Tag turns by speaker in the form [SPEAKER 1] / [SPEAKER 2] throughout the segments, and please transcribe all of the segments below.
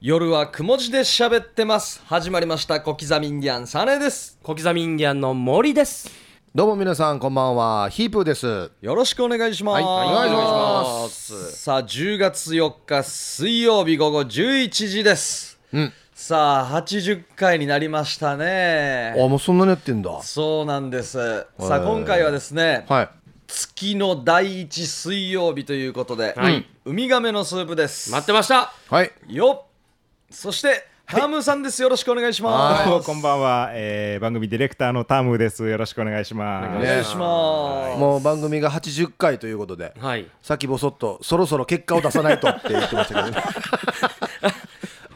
[SPEAKER 1] 夜はくも字で喋ってます始まりました小刻みインディアンサネです
[SPEAKER 2] 小刻みインディアンの森です
[SPEAKER 3] どうも皆さんこんばんはヒープーです
[SPEAKER 1] よろしくお願いします、
[SPEAKER 3] はいお願いします
[SPEAKER 1] さあ10月4日水曜日午後11時です、
[SPEAKER 3] ん
[SPEAKER 1] さあ80回になりました
[SPEAKER 3] あ
[SPEAKER 1] ね
[SPEAKER 3] もうそんなにやってんだは
[SPEAKER 1] そうなんですさあ
[SPEAKER 3] ー
[SPEAKER 1] 今回はですね、
[SPEAKER 3] い
[SPEAKER 1] 月の第一水曜日ということで、
[SPEAKER 2] はい
[SPEAKER 1] ウミガメのスープです
[SPEAKER 2] 待ってました
[SPEAKER 3] はい
[SPEAKER 1] よっそしてハムさんですよろしくお願いします
[SPEAKER 4] どうもこんばんは、えー、番組ディレクターのタムですよろしくお願いします
[SPEAKER 1] お願いします
[SPEAKER 3] もう番組が80回ということで
[SPEAKER 2] はい
[SPEAKER 3] さっきぼそっとそろそろ結果を出さないとって言ってましたけどね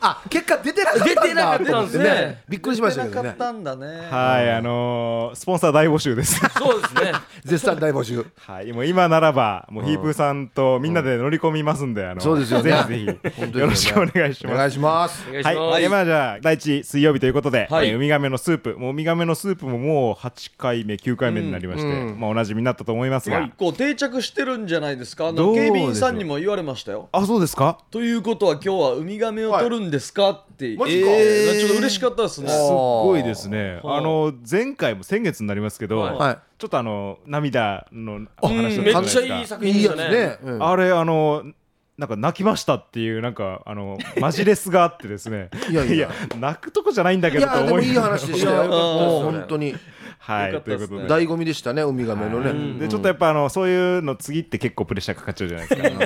[SPEAKER 3] あ結果出てなかったんだ
[SPEAKER 2] 出てなかったんですね
[SPEAKER 3] と思ってびっくりしましたけど
[SPEAKER 1] 出てな
[SPEAKER 3] ね
[SPEAKER 1] かったんだね。
[SPEAKER 4] はいあのー、スポンサー大募集です
[SPEAKER 2] そうです ね
[SPEAKER 3] 絶賛大募集
[SPEAKER 4] はいもう今ならばもうヒープーさんとみんなで乗り込みますんで、あの
[SPEAKER 3] そうですよね
[SPEAKER 4] ぜひぜひ
[SPEAKER 3] 本当にね
[SPEAKER 4] よろしくお願いし
[SPEAKER 3] お
[SPEAKER 4] ます
[SPEAKER 3] 願いします
[SPEAKER 2] お願いしま
[SPEAKER 4] はい、
[SPEAKER 2] す、
[SPEAKER 4] はい、今じゃあ第一水曜日ということで、
[SPEAKER 1] はい
[SPEAKER 4] えーウミガメのスープもうウミガメのスープももう8回目9回目になりまして、まあ、おなじみになったと思いますが、
[SPEAKER 1] 結構定着してるんじゃないですか。あ
[SPEAKER 4] ど
[SPEAKER 1] の
[SPEAKER 4] うで
[SPEAKER 1] 警
[SPEAKER 4] しょう
[SPEAKER 1] 備員さんにも言われましたよ。
[SPEAKER 4] あそうですか
[SPEAKER 1] ということは今日はウミガメを取るんですかって、
[SPEAKER 3] マジか
[SPEAKER 1] えーちょっと嬉しかったですね。
[SPEAKER 3] あ
[SPEAKER 4] すっ
[SPEAKER 3] ー
[SPEAKER 4] ごいですね。
[SPEAKER 1] はあ
[SPEAKER 4] あの前回も先月になりますけど、
[SPEAKER 3] はい
[SPEAKER 4] ちょっとあの涙のお話だ
[SPEAKER 2] め
[SPEAKER 4] った
[SPEAKER 2] っ
[SPEAKER 4] じ
[SPEAKER 2] ち
[SPEAKER 4] ゃ
[SPEAKER 2] ゃ
[SPEAKER 4] ない
[SPEAKER 2] い
[SPEAKER 4] ですか。
[SPEAKER 2] 作品
[SPEAKER 3] い
[SPEAKER 2] で
[SPEAKER 3] い
[SPEAKER 2] し
[SPEAKER 3] や
[SPEAKER 2] た
[SPEAKER 3] つ
[SPEAKER 2] ね
[SPEAKER 3] ね、うん
[SPEAKER 4] あれあのなんか泣きましたっていうなんかあのマジレスがあってですね。
[SPEAKER 3] いやいや
[SPEAKER 4] 泣くとこじゃないんだけ
[SPEAKER 3] い
[SPEAKER 4] どと
[SPEAKER 3] やで
[SPEAKER 4] 思
[SPEAKER 3] も
[SPEAKER 4] い
[SPEAKER 3] いい話でしたよ
[SPEAKER 1] いや
[SPEAKER 3] もう
[SPEAKER 1] うん
[SPEAKER 3] 本当に
[SPEAKER 4] は
[SPEAKER 1] よかっ
[SPEAKER 4] い
[SPEAKER 1] たで
[SPEAKER 4] とい
[SPEAKER 1] す
[SPEAKER 4] う
[SPEAKER 1] ね
[SPEAKER 4] ことで。
[SPEAKER 3] 醍醐味でしたねウミガメのね、
[SPEAKER 4] でちょっとやっぱあのそういうの次って結構プレッシャーかかっちゃうじゃないですか。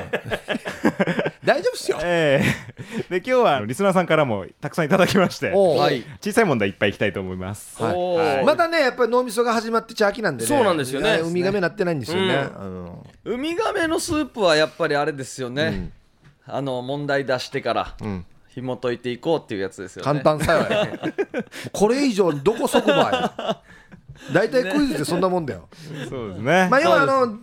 [SPEAKER 3] 大丈夫っすよ
[SPEAKER 4] ええで今日はあのリスナーさんからもたくさんいただきまして
[SPEAKER 3] おう
[SPEAKER 1] はい。
[SPEAKER 4] 小さい問題いっぱいいきたいと思います。
[SPEAKER 3] はい
[SPEAKER 1] おー
[SPEAKER 3] まだねやっぱり脳みそが始まってちゃ秋なんでね
[SPEAKER 2] そうなんですよね
[SPEAKER 3] いやウミガメなってないんですよね、あの
[SPEAKER 1] ウミガメのスープはやっぱりあれですよね。あの問題出してから紐解いていこうっていうやつですよ
[SPEAKER 3] 簡
[SPEAKER 1] ね。
[SPEAKER 3] 単さよ、これ以上どこそこばい大体クイズってそんなもんだよ、
[SPEAKER 4] そうですね。
[SPEAKER 3] まあ要はあの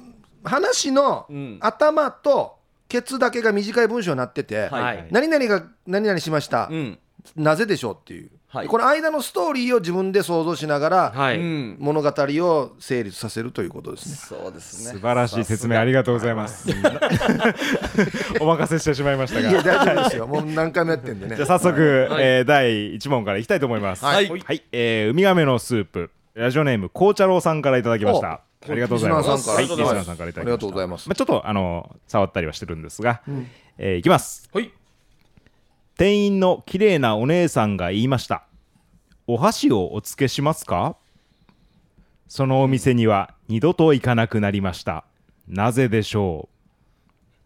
[SPEAKER 3] 話の
[SPEAKER 1] ん
[SPEAKER 3] 頭とケツだけが短い文章になってて、
[SPEAKER 1] はい
[SPEAKER 2] はい
[SPEAKER 3] 何々が何々しました、
[SPEAKER 1] うん。
[SPEAKER 3] なぜでしょうっていう、
[SPEAKER 1] はい
[SPEAKER 3] この間のストーリーを自分で想像しながら、
[SPEAKER 2] はい、
[SPEAKER 1] うん。
[SPEAKER 3] 物語を成立させるということですね
[SPEAKER 1] そうです
[SPEAKER 4] 素
[SPEAKER 1] ね。
[SPEAKER 4] 晴らしい説明ありがとうございます。 お任せしてしまいました
[SPEAKER 3] い
[SPEAKER 4] が。
[SPEAKER 3] や
[SPEAKER 4] じ
[SPEAKER 3] 大丈夫ですよもう何回もやってんでね
[SPEAKER 4] ゃあ早速、
[SPEAKER 2] はい
[SPEAKER 4] えー第1問からいきたいと思います。
[SPEAKER 1] は
[SPEAKER 4] はいい。えーウミガメのスープ。ラジオネーム、紅茶郎さんからいただきました。ありがとうございます。
[SPEAKER 3] リスナーさんから
[SPEAKER 4] はい、リスナーさんからいた
[SPEAKER 3] あ
[SPEAKER 4] だきました。
[SPEAKER 3] りがとうございます
[SPEAKER 4] まあ、ちょっと、あの、触ったりはしてるんですが、えーいきます。
[SPEAKER 2] はい
[SPEAKER 4] 店員の綺麗なお姉さんが言いました。お箸をお付けしますかそのお店には二度と行かなくなりました。なぜでしょう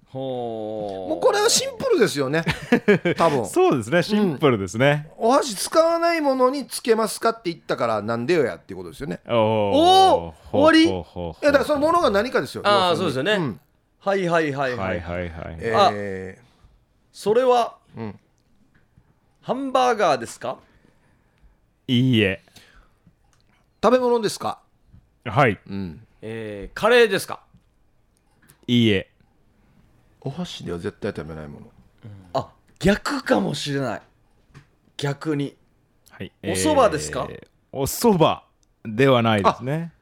[SPEAKER 1] ほう。
[SPEAKER 3] もうこれはシンプルですよね多分
[SPEAKER 4] そうですね、シンプルですね。
[SPEAKER 3] お箸使わないものにつけますかって言ったからなんでよやっていうことですよね
[SPEAKER 4] お
[SPEAKER 1] おー終わり
[SPEAKER 3] いやだからそのも
[SPEAKER 4] の。
[SPEAKER 3] のが何かですよ
[SPEAKER 2] ああ
[SPEAKER 3] 要
[SPEAKER 2] そうですよ
[SPEAKER 3] るに
[SPEAKER 2] ね、
[SPEAKER 3] ん
[SPEAKER 1] はいはいはいは。
[SPEAKER 4] はいいはいはい。
[SPEAKER 3] え
[SPEAKER 1] それは
[SPEAKER 3] ん
[SPEAKER 1] ハンバーガーですか？
[SPEAKER 4] いいえ。
[SPEAKER 3] ー食べ物ですか
[SPEAKER 4] はい。
[SPEAKER 3] うん
[SPEAKER 2] えー、カレーですか
[SPEAKER 4] いいえ。
[SPEAKER 3] お箸では絶対食べないもの
[SPEAKER 1] あ逆かもしれない逆に
[SPEAKER 4] はい。
[SPEAKER 1] お蕎麦ですか
[SPEAKER 4] えーお蕎麦ではないですね。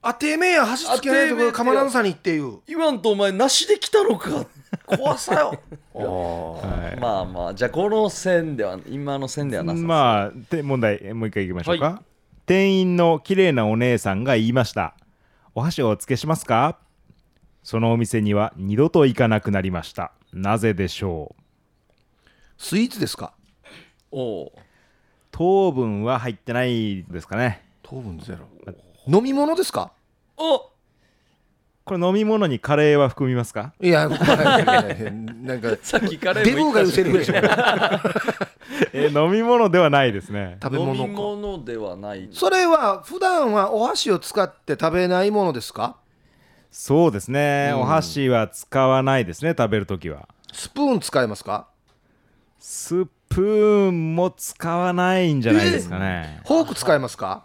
[SPEAKER 3] あてめえや箸つけないところ
[SPEAKER 1] あて
[SPEAKER 3] か
[SPEAKER 1] めえ
[SPEAKER 3] ま
[SPEAKER 1] よ
[SPEAKER 3] らんさにっていう
[SPEAKER 1] 言わんとお前なしできたのか怖さよ
[SPEAKER 4] はい
[SPEAKER 1] まあまあじゃあこの線では今の線ではなさそう、
[SPEAKER 4] まあ、で問題、えもう一回いきましょう
[SPEAKER 2] は
[SPEAKER 4] か。店員の綺麗なお姉さんが言いました。お箸をお付けしますかそのお店には二度と行かなくなりました。なぜでしょう
[SPEAKER 3] スイーツですか
[SPEAKER 1] おう
[SPEAKER 4] 糖分は入ってないですかね。
[SPEAKER 3] 糖分ゼロ飲み物ですか
[SPEAKER 1] お
[SPEAKER 4] これ飲み物にカレーは含みますか
[SPEAKER 3] いやここはなんか
[SPEAKER 1] さっきカレ
[SPEAKER 3] デ
[SPEAKER 1] ー
[SPEAKER 3] ブ
[SPEAKER 1] も
[SPEAKER 3] ーが
[SPEAKER 1] 言った
[SPEAKER 3] 言う
[SPEAKER 1] し
[SPEAKER 3] セリフでしょ
[SPEAKER 4] え飲み物ではないですね。
[SPEAKER 3] 食べ
[SPEAKER 1] 飲み
[SPEAKER 3] 物か
[SPEAKER 1] 物ではない
[SPEAKER 3] それは普段はお箸を使って食べないものですか
[SPEAKER 4] そうですね。お箸は使わないですね。食べるときは。
[SPEAKER 3] スプーン使いますか
[SPEAKER 4] スプーンも使わないんじゃないですかね。
[SPEAKER 3] フォーク使いますか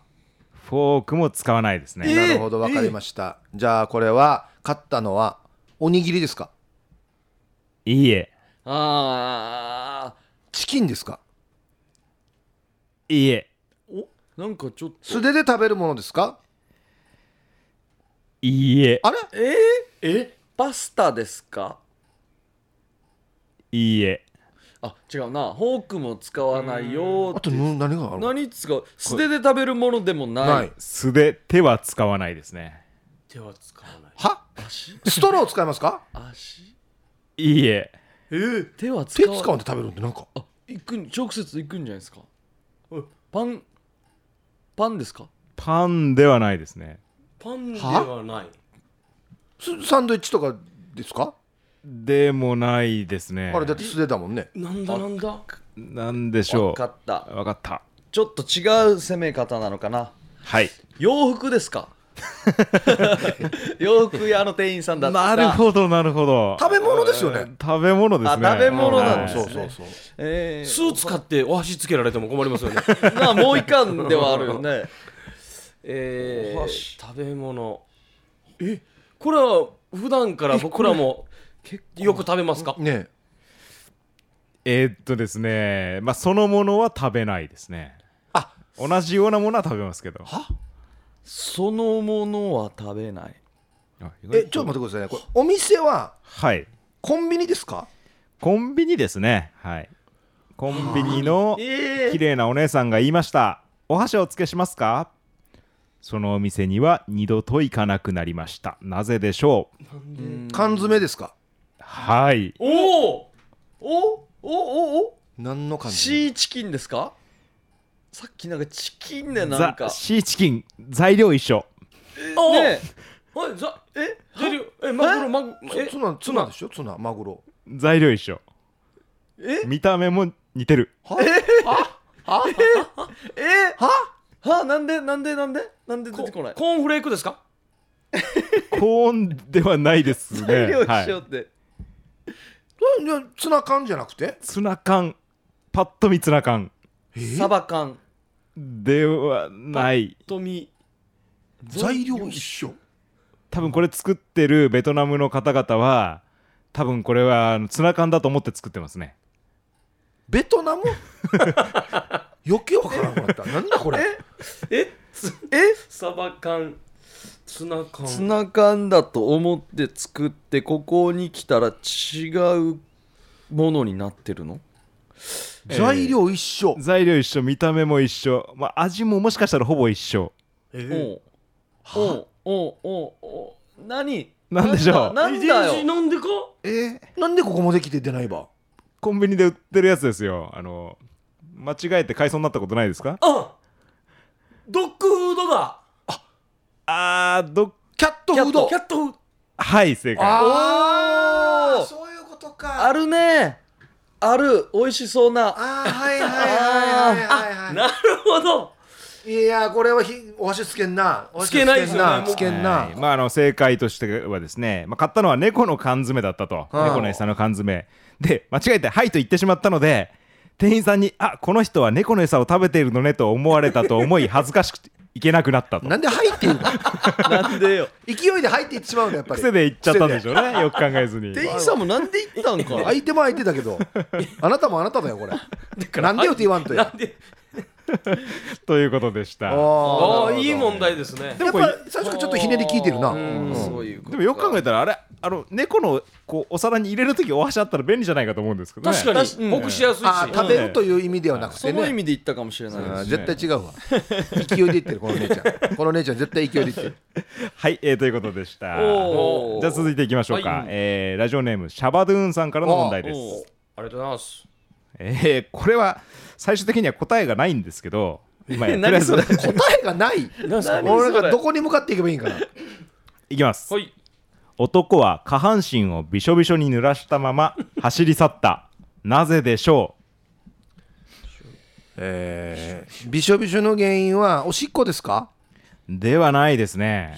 [SPEAKER 4] フォークも使わないです
[SPEAKER 1] え
[SPEAKER 4] ね。
[SPEAKER 3] なるほど分かりました、じゃあこれは買ったのはおにぎりですか
[SPEAKER 4] いいえ。
[SPEAKER 1] あ
[SPEAKER 3] チキンですか
[SPEAKER 4] いいえ。
[SPEAKER 1] ーおなんかちょっと
[SPEAKER 3] 素手で食べるものですか
[SPEAKER 4] いいえ。
[SPEAKER 3] あれ
[SPEAKER 1] えー、えパスタですか
[SPEAKER 4] いいえ。
[SPEAKER 1] あ違うなフォークも使わないよ
[SPEAKER 3] あとぬ何がある
[SPEAKER 1] 何使う素手で食べるものでもない
[SPEAKER 3] ない
[SPEAKER 4] 素で手は使わないですね
[SPEAKER 2] 手は使わない
[SPEAKER 3] は
[SPEAKER 1] 足
[SPEAKER 3] ストロー使いますか
[SPEAKER 1] 足
[SPEAKER 4] いいえ
[SPEAKER 1] 手は使
[SPEAKER 3] 手
[SPEAKER 1] う
[SPEAKER 3] 使うんで食べるんでなんか
[SPEAKER 1] あ行くん直接行くんじゃないですか
[SPEAKER 2] うん
[SPEAKER 1] パンパンですか
[SPEAKER 4] パンではないですね
[SPEAKER 2] パンではない
[SPEAKER 3] すサンドイッチとかですか
[SPEAKER 4] でもないですね
[SPEAKER 3] あれだって素手だもんね
[SPEAKER 2] なんだなんだ
[SPEAKER 4] なんでしょ
[SPEAKER 1] 分
[SPEAKER 4] う
[SPEAKER 1] かった
[SPEAKER 4] わかった
[SPEAKER 1] ちょっと違う攻め方なのかな
[SPEAKER 4] はい
[SPEAKER 1] 洋服です か洋服屋の店員さんだった
[SPEAKER 4] なるほどなるほど
[SPEAKER 3] 食べ物ですよね
[SPEAKER 4] 食べ物ですね
[SPEAKER 1] あ食べ物なんですね
[SPEAKER 3] そうそうそう
[SPEAKER 1] えー
[SPEAKER 2] スーツ買ってお箸つけられても困ります よね
[SPEAKER 1] なあもういかんではあるよね
[SPEAKER 2] え
[SPEAKER 1] お
[SPEAKER 2] ー、
[SPEAKER 1] 箸
[SPEAKER 2] 食べ物えこれは普段から僕ら も
[SPEAKER 1] 結
[SPEAKER 2] よく食べますか
[SPEAKER 3] ね
[SPEAKER 4] えーっとですねまあそのものは食べないですね
[SPEAKER 3] あ
[SPEAKER 4] 同じようなものは食べますけど
[SPEAKER 1] そのものは食べない
[SPEAKER 4] あ意外
[SPEAKER 3] え
[SPEAKER 4] と
[SPEAKER 3] ちょっと待ってくださいねこれお店は
[SPEAKER 4] はい
[SPEAKER 3] コンビニですか
[SPEAKER 4] コンビニですねはいコンビニの
[SPEAKER 1] え
[SPEAKER 4] 綺麗なお姉さんが言いましたお箸をお付けしますかそのお店には二度と行かなくなりましたなぜでしょう
[SPEAKER 3] 缶詰ですか
[SPEAKER 4] はい
[SPEAKER 2] おお
[SPEAKER 1] おおおお
[SPEAKER 3] 何の缶
[SPEAKER 1] シ
[SPEAKER 3] 詰
[SPEAKER 1] ーチキンですかさっきなんかチキンでなん
[SPEAKER 4] ザ
[SPEAKER 1] か・
[SPEAKER 4] シーチキン材料一緒
[SPEAKER 2] お
[SPEAKER 1] ね
[SPEAKER 2] はいざ
[SPEAKER 1] ええ
[SPEAKER 2] 出るよえマグロマグロえ
[SPEAKER 3] ツナツナでしょツナマグロ
[SPEAKER 4] 材料一緒
[SPEAKER 1] え
[SPEAKER 4] 見た目も似てる
[SPEAKER 1] えははなんでなんでなんでなんで出てこない
[SPEAKER 2] コーンフレークですか
[SPEAKER 4] コーンではないですね
[SPEAKER 1] 材料一緒
[SPEAKER 4] は
[SPEAKER 1] って、
[SPEAKER 3] えいやツナ缶じゃなくて
[SPEAKER 4] い、ツナ缶パッと見ツナ缶
[SPEAKER 1] サバ缶
[SPEAKER 4] ではない
[SPEAKER 2] とみ
[SPEAKER 3] 材料一緒
[SPEAKER 4] 多分これ作ってるベトナムの方々は多分これはあのツナ缶だと思って作ってますね
[SPEAKER 3] ベ トナム余計わからなくなったなんだこれ
[SPEAKER 2] えつえサバ缶ツナ缶
[SPEAKER 1] ツナ缶だと思って作ってここに来たら違うものになってるの
[SPEAKER 3] 材料一緒
[SPEAKER 4] 材料一緒見た目も一緒、まあ、味ももしかしたらほぼ一緒
[SPEAKER 1] おうおうおうおうおう何
[SPEAKER 4] なんでしょう
[SPEAKER 1] なんだなんだ
[SPEAKER 2] 遺伝子
[SPEAKER 1] よ
[SPEAKER 2] なんでか
[SPEAKER 3] えーなんでここもできて出ないば
[SPEAKER 4] コンビニで売ってるやつですよあの間違えて買いそうになったことないですか
[SPEAKER 2] あドッグフードだ
[SPEAKER 4] あーどっ
[SPEAKER 3] キャットフード
[SPEAKER 2] キャットフード
[SPEAKER 4] はい正解
[SPEAKER 3] あ
[SPEAKER 1] お
[SPEAKER 3] あ
[SPEAKER 1] ー
[SPEAKER 3] そういうこと
[SPEAKER 1] あ
[SPEAKER 3] か
[SPEAKER 1] るねある美味しそうな
[SPEAKER 3] あーはいはいはいはいはいは
[SPEAKER 2] なるほど
[SPEAKER 3] いいやーこれはひお箸つけんなお箸
[SPEAKER 2] つけないですよねもう
[SPEAKER 3] つけんな
[SPEAKER 4] はいまあ、あの正解としてはですね、まあ、買ったのは猫の缶詰だったと
[SPEAKER 3] うん
[SPEAKER 4] 猫の餌の缶詰で間違えて「はい」と言ってしまったので店員さんに「あこの人は猫の餌を食べているのね」と思われたと思い恥ずかしくていけなくなったと
[SPEAKER 3] なんで入っていうの
[SPEAKER 1] なんでよ
[SPEAKER 3] 勢いで入っていってしまうのやっぱり
[SPEAKER 4] 癖で言っちゃったんでし
[SPEAKER 3] ょ
[SPEAKER 4] ょうねよく考えずに
[SPEAKER 1] 店員さんもなんで行ったんか
[SPEAKER 3] 相手も相手だけどあなたもあなただよこれ なんでよって言わんと
[SPEAKER 2] な
[SPEAKER 3] や
[SPEAKER 2] んで
[SPEAKER 4] ということでした
[SPEAKER 2] ああ
[SPEAKER 3] あ
[SPEAKER 2] ーいい問題ですね
[SPEAKER 3] でもやっぱ最初からちょっとひねり効いてるな
[SPEAKER 1] うんそういうこと
[SPEAKER 4] でもよく考えたらあれあの猫のこうお皿に入れる時お箸あったら便利じゃないかと思うんですけど、ね、
[SPEAKER 2] 確か
[SPEAKER 1] 確か
[SPEAKER 2] に
[SPEAKER 1] に
[SPEAKER 2] ほぐしやすいし
[SPEAKER 3] あー食べるという意味ではなくて
[SPEAKER 1] その意
[SPEAKER 3] ね
[SPEAKER 1] 味で言ったかもしれないです
[SPEAKER 3] あー絶対違うわ勢いでいってるこの姉ちゃんこの姉ちゃん絶対勢いでいってる
[SPEAKER 4] はい、えーということでした
[SPEAKER 1] おー
[SPEAKER 4] じゃあ続いていきましょうか、
[SPEAKER 2] はい
[SPEAKER 4] えーラジオネームシャバドゥーンさんからの問題です
[SPEAKER 1] おう
[SPEAKER 2] ありがとうございます
[SPEAKER 4] えーこれは最終的には答えがないんですけど今やとりあえ
[SPEAKER 1] 何そ
[SPEAKER 4] ず
[SPEAKER 1] れ
[SPEAKER 3] 答えがない
[SPEAKER 2] 何すか
[SPEAKER 1] 何
[SPEAKER 3] 俺なん
[SPEAKER 1] そ
[SPEAKER 3] か
[SPEAKER 1] れ
[SPEAKER 3] どこに向かっていけばいいんかない
[SPEAKER 4] きます、
[SPEAKER 2] はい
[SPEAKER 4] 男は下半身をびしょびしょに濡らしたまま走り去ったなぜでしょ
[SPEAKER 3] えー、びしょびしょの原因はおしっこですか
[SPEAKER 4] うではないですね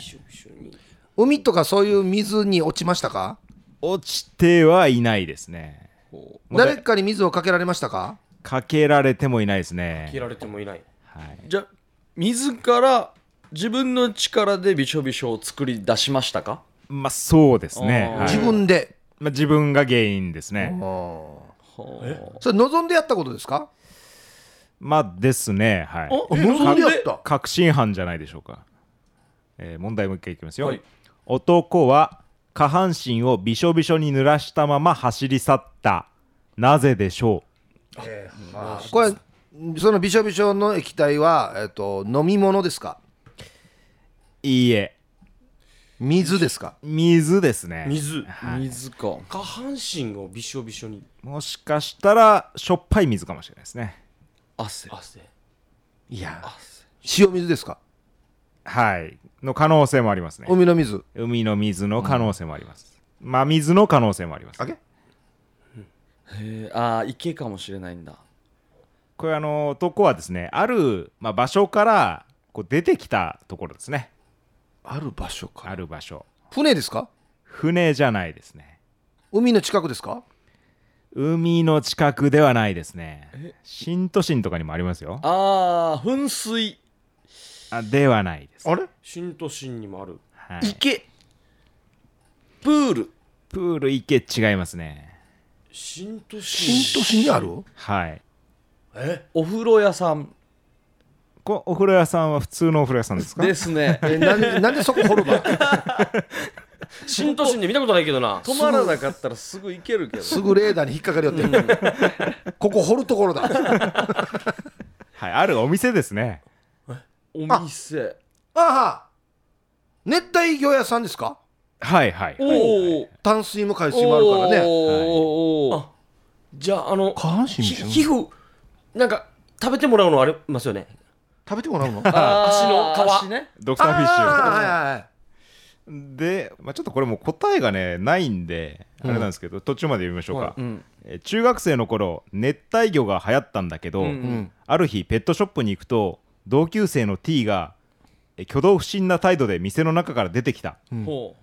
[SPEAKER 3] 海とかそういう水に落ちましたか
[SPEAKER 4] 落ちてはいないですね
[SPEAKER 3] 誰かに水をかけられましたか
[SPEAKER 4] かけられてもいないですね
[SPEAKER 2] 切られてもいない
[SPEAKER 4] はい、
[SPEAKER 1] じゃあ自ら自分の力でびしょびしょを作り出しましたか
[SPEAKER 4] まあそうですね、
[SPEAKER 1] あー
[SPEAKER 4] はい
[SPEAKER 3] 自分で、
[SPEAKER 4] まあ、自分が原因ですね、
[SPEAKER 3] それ望んでやったことですか
[SPEAKER 4] まあですねはい
[SPEAKER 3] あ望んでやった
[SPEAKER 4] 確信犯じゃないでしょうか、えー問題もう一回いきますよ、
[SPEAKER 2] はい
[SPEAKER 4] 男は下半身をびしょびしょに濡らしたまま走り去ったなぜでしょう
[SPEAKER 3] これそのびしょびしょの液体は、えっと、飲み物ですか
[SPEAKER 4] いいえ
[SPEAKER 3] 水ですか
[SPEAKER 4] 水ですね
[SPEAKER 2] 水
[SPEAKER 1] 水か
[SPEAKER 2] 下半身をびしょびしょに
[SPEAKER 4] もしかしたらしょっぱい水かもしれないですね
[SPEAKER 1] 汗
[SPEAKER 2] 汗
[SPEAKER 3] いや塩水ですか
[SPEAKER 4] はいの可能性もありますね
[SPEAKER 3] 海の水
[SPEAKER 4] 海の水の可能性もあります、真水の可能性もあります
[SPEAKER 3] あけ
[SPEAKER 1] へえああ池かもしれないんだ
[SPEAKER 4] これあの男はですねある、まあ、場所からこう出てきたところですね
[SPEAKER 3] ある場所か
[SPEAKER 4] ある場所
[SPEAKER 3] 船ですか
[SPEAKER 4] 船じゃないですね
[SPEAKER 3] 海の近くですか
[SPEAKER 4] 海の近くではないですね新都心とかにもありますよ
[SPEAKER 1] ああ噴水
[SPEAKER 4] あではないです、
[SPEAKER 3] あれ
[SPEAKER 2] 新都心にもある
[SPEAKER 4] はい、
[SPEAKER 1] 池プール
[SPEAKER 4] プール池違いますね
[SPEAKER 2] 新都心
[SPEAKER 3] 新都心にある
[SPEAKER 4] はい
[SPEAKER 2] え
[SPEAKER 1] お風呂屋さん
[SPEAKER 4] こお風呂屋さんは普通のお風呂屋さんですか
[SPEAKER 1] ですね
[SPEAKER 3] えなんでなんでそこ掘るば
[SPEAKER 2] 新都心で見たことないけどな
[SPEAKER 1] 止まらなかったらすぐ行けるけど
[SPEAKER 3] すぐレーダーに引っかかりよってここ掘るところだ
[SPEAKER 4] はい、あるお店ですね
[SPEAKER 1] お店
[SPEAKER 3] あは熱帯魚屋さんですか
[SPEAKER 4] はいはい
[SPEAKER 1] お
[SPEAKER 4] はい
[SPEAKER 1] お
[SPEAKER 3] 淡水も海水もあるからね
[SPEAKER 1] おお
[SPEAKER 2] はいじゃああの
[SPEAKER 3] 下半身
[SPEAKER 2] ひ皮膚なんか食べてもらうのありますよね
[SPEAKER 3] 食べてもらうの
[SPEAKER 1] あー
[SPEAKER 2] 足の皮
[SPEAKER 1] 足ね
[SPEAKER 4] ドクターフ
[SPEAKER 3] は
[SPEAKER 4] ィッ
[SPEAKER 3] いはいはい
[SPEAKER 4] シュで、まあ、ちょっとこれもう答えがねないんであれなんですけど、途中まで読みましょうか、
[SPEAKER 1] うん
[SPEAKER 4] えー中学生の頃熱帯魚が流行ったんだけ
[SPEAKER 1] う
[SPEAKER 4] ど、
[SPEAKER 1] ん
[SPEAKER 3] うん
[SPEAKER 4] ある日ペットショップに行くと同級生の T がえー挙動不審な態度で店の中から出てきた
[SPEAKER 1] ほ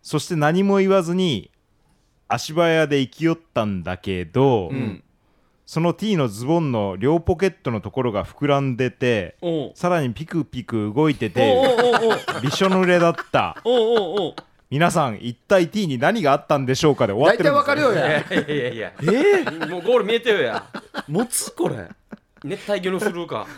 [SPEAKER 4] そして何も言わずに足早で生き寄ったんだけど、
[SPEAKER 1] ううん
[SPEAKER 4] その T のズボンの両ポケットのところが膨らんでて
[SPEAKER 1] おお
[SPEAKER 4] さらにピクピク動いて
[SPEAKER 1] おお
[SPEAKER 4] て
[SPEAKER 1] おお
[SPEAKER 4] びしょ濡れだった
[SPEAKER 1] おおおお
[SPEAKER 4] 皆さん一体 T に何があったんでしょうかで終わっ
[SPEAKER 3] 大
[SPEAKER 4] てる
[SPEAKER 3] 体
[SPEAKER 4] んで
[SPEAKER 3] わ
[SPEAKER 4] すよ
[SPEAKER 3] かるよ
[SPEAKER 2] い
[SPEAKER 3] や
[SPEAKER 2] やいやいやいやもうゴール見えてよや
[SPEAKER 1] 持つこれ
[SPEAKER 2] 熱帯魚のフルー か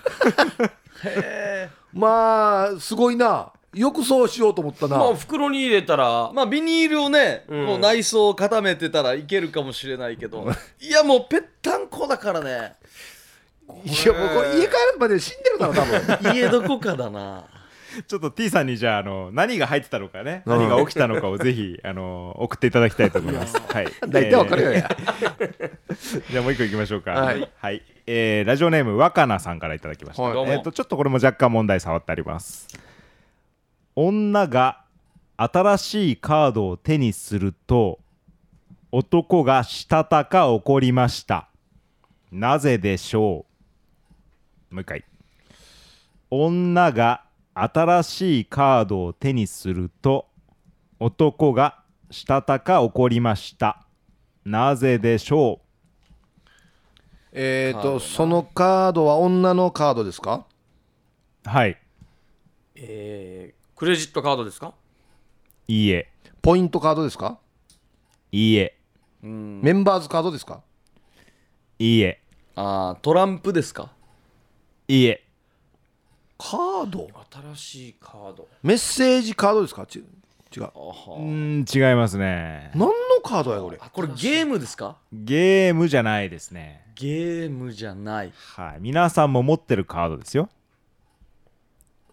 [SPEAKER 3] まあすごいなよくそうしようと思ったな
[SPEAKER 2] まあ袋に入れたら
[SPEAKER 1] まあビニールをね、
[SPEAKER 2] うん
[SPEAKER 1] こう内装を固めてたらいけるかもしれないけどいやもうぺったんこだからね
[SPEAKER 3] いやもうこれ家帰るまで死んでるだろ多 分
[SPEAKER 1] 家どこかだな
[SPEAKER 4] ちょっと T さんにじゃああの何が入ってたのかね、
[SPEAKER 3] うん
[SPEAKER 4] 何が起きたのかをぜひあの送っていただきたいと思 います。はい。
[SPEAKER 3] 大体わかるよ
[SPEAKER 4] え
[SPEAKER 3] や
[SPEAKER 4] ーじゃあもう一個いきましょうか。
[SPEAKER 3] は
[SPEAKER 4] はいい。えーラジオネーム若菜さんからいただきまし た。
[SPEAKER 3] はい
[SPEAKER 2] どうも
[SPEAKER 4] えっ、とちょっとこれも若干問題触ってあります。女が新しいカードを手にすると男がしたたか怒りました。なぜでしょう。もう一回。女が新しいカードを手にすると男がしたたか怒りましたなぜでしょ
[SPEAKER 3] えっ
[SPEAKER 1] カード
[SPEAKER 3] と
[SPEAKER 1] な
[SPEAKER 3] そのカードは女のカードですか
[SPEAKER 4] うはい
[SPEAKER 2] えークレジットカードですか
[SPEAKER 4] いいえ
[SPEAKER 3] ポイントカードですか
[SPEAKER 4] いいえ
[SPEAKER 1] うん
[SPEAKER 3] メンバーズカードですか
[SPEAKER 4] いいえ
[SPEAKER 1] あートランプですか
[SPEAKER 4] いいえ
[SPEAKER 3] カード
[SPEAKER 2] 新しいカード
[SPEAKER 3] メッセージカードですかち違う
[SPEAKER 1] あは
[SPEAKER 4] うーん違いますね
[SPEAKER 3] 何のカードやこれ
[SPEAKER 1] あこれゲームですか
[SPEAKER 4] ゲームじゃないですね
[SPEAKER 1] ゲームじゃない
[SPEAKER 4] はい皆さんも持ってるカードですよ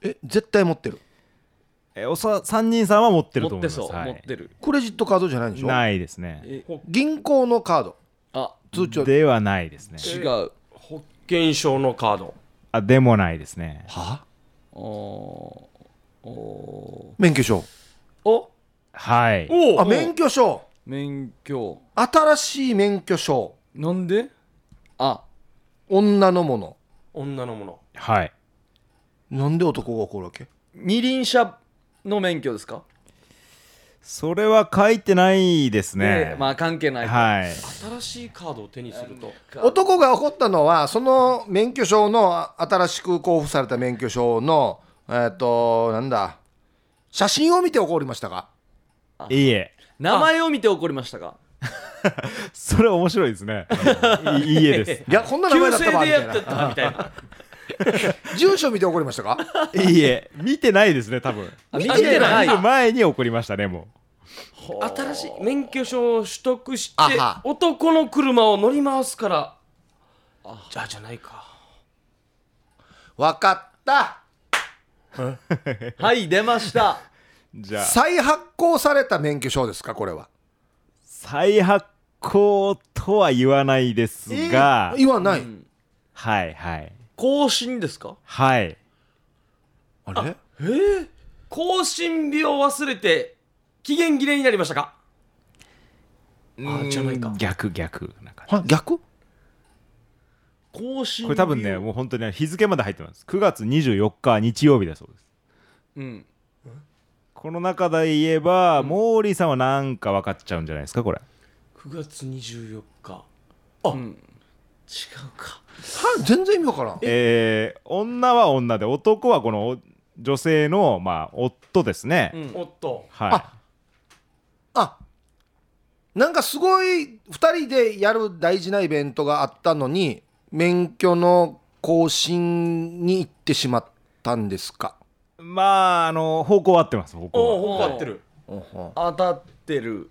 [SPEAKER 3] え絶対持ってる
[SPEAKER 4] えおさ3人さんは持ってる
[SPEAKER 1] 持
[SPEAKER 4] と
[SPEAKER 1] っ
[SPEAKER 4] 思い
[SPEAKER 1] て
[SPEAKER 4] ます
[SPEAKER 1] そう、
[SPEAKER 4] はい
[SPEAKER 1] 持ってる
[SPEAKER 3] クレジットカードじゃないんでしょ
[SPEAKER 4] ないですね
[SPEAKER 1] え
[SPEAKER 3] 銀行のカード
[SPEAKER 1] あ
[SPEAKER 3] 通帳
[SPEAKER 4] ではないですね
[SPEAKER 1] 違う
[SPEAKER 2] 保険証のカード
[SPEAKER 4] あでもないですね
[SPEAKER 3] は
[SPEAKER 1] おーお
[SPEAKER 3] 免許証
[SPEAKER 1] ーお
[SPEAKER 4] はい
[SPEAKER 2] お
[SPEAKER 3] あ免許証
[SPEAKER 1] 免許
[SPEAKER 3] 新しい免許証
[SPEAKER 1] なんであ
[SPEAKER 3] 女のもの
[SPEAKER 2] 女のもの
[SPEAKER 4] はい
[SPEAKER 3] なんで男が怒るわけ
[SPEAKER 1] 二輪車の免許ですか
[SPEAKER 4] それは書いてないですね
[SPEAKER 1] でまあ関係ないか
[SPEAKER 4] はい
[SPEAKER 2] 新しいカードを手にすると
[SPEAKER 3] 男が怒ったのはその免許証のあ新しく交付された免許証のえっ、となんだ写真を見て怒りましたか
[SPEAKER 4] いいえ
[SPEAKER 1] 名前を見て怒りましたか
[SPEAKER 4] それ面白いですね。いいいえです。
[SPEAKER 3] いやこんな名
[SPEAKER 2] 旧
[SPEAKER 3] 前だった
[SPEAKER 2] 姓
[SPEAKER 3] わ
[SPEAKER 2] で
[SPEAKER 3] みたい
[SPEAKER 2] やっ
[SPEAKER 3] な
[SPEAKER 2] てたみたいな
[SPEAKER 3] 住所見て怒りましたか
[SPEAKER 4] いいえ、見てないですね、多分。
[SPEAKER 1] あ見
[SPEAKER 2] てない
[SPEAKER 4] 見る前に怒りましたね、も
[SPEAKER 2] 新しい免許証を取得し
[SPEAKER 3] あ
[SPEAKER 2] て
[SPEAKER 3] は
[SPEAKER 2] 男の車を乗り回すからじゃあじゃないか
[SPEAKER 3] わかった
[SPEAKER 1] はい出ました
[SPEAKER 4] じゃあ
[SPEAKER 3] 再発行された免許証ですかこれは
[SPEAKER 4] 再発行とは言わないですが、
[SPEAKER 3] 言わない、
[SPEAKER 1] ん
[SPEAKER 4] はいはい
[SPEAKER 1] 更新ですか
[SPEAKER 4] はい
[SPEAKER 3] あれ
[SPEAKER 2] 更新日を忘れて期限切れになりましたかあじゃないか
[SPEAKER 4] うん逆逆な感じ
[SPEAKER 3] は逆
[SPEAKER 1] 更新
[SPEAKER 4] これ多分ねもう本当にね日付まで入ってます9月24日日曜日だそうです
[SPEAKER 1] うん
[SPEAKER 4] この中で言えば、モーリーさんはなんか分かっちゃうんじゃないですかこれ
[SPEAKER 2] 9月24日
[SPEAKER 1] うん違うか
[SPEAKER 3] は全然意味わからん
[SPEAKER 4] えー女は女で男はこのお女性のまあ夫ですね、
[SPEAKER 1] うん
[SPEAKER 2] おっと
[SPEAKER 4] は
[SPEAKER 3] ああなんかすごい2人でやる大事なイベントがあったのに免許の更新に行ってしまったんですか
[SPEAKER 4] いまああの方向は合ってます方向
[SPEAKER 2] おお
[SPEAKER 4] は
[SPEAKER 2] 本当合ってる
[SPEAKER 1] 当たってる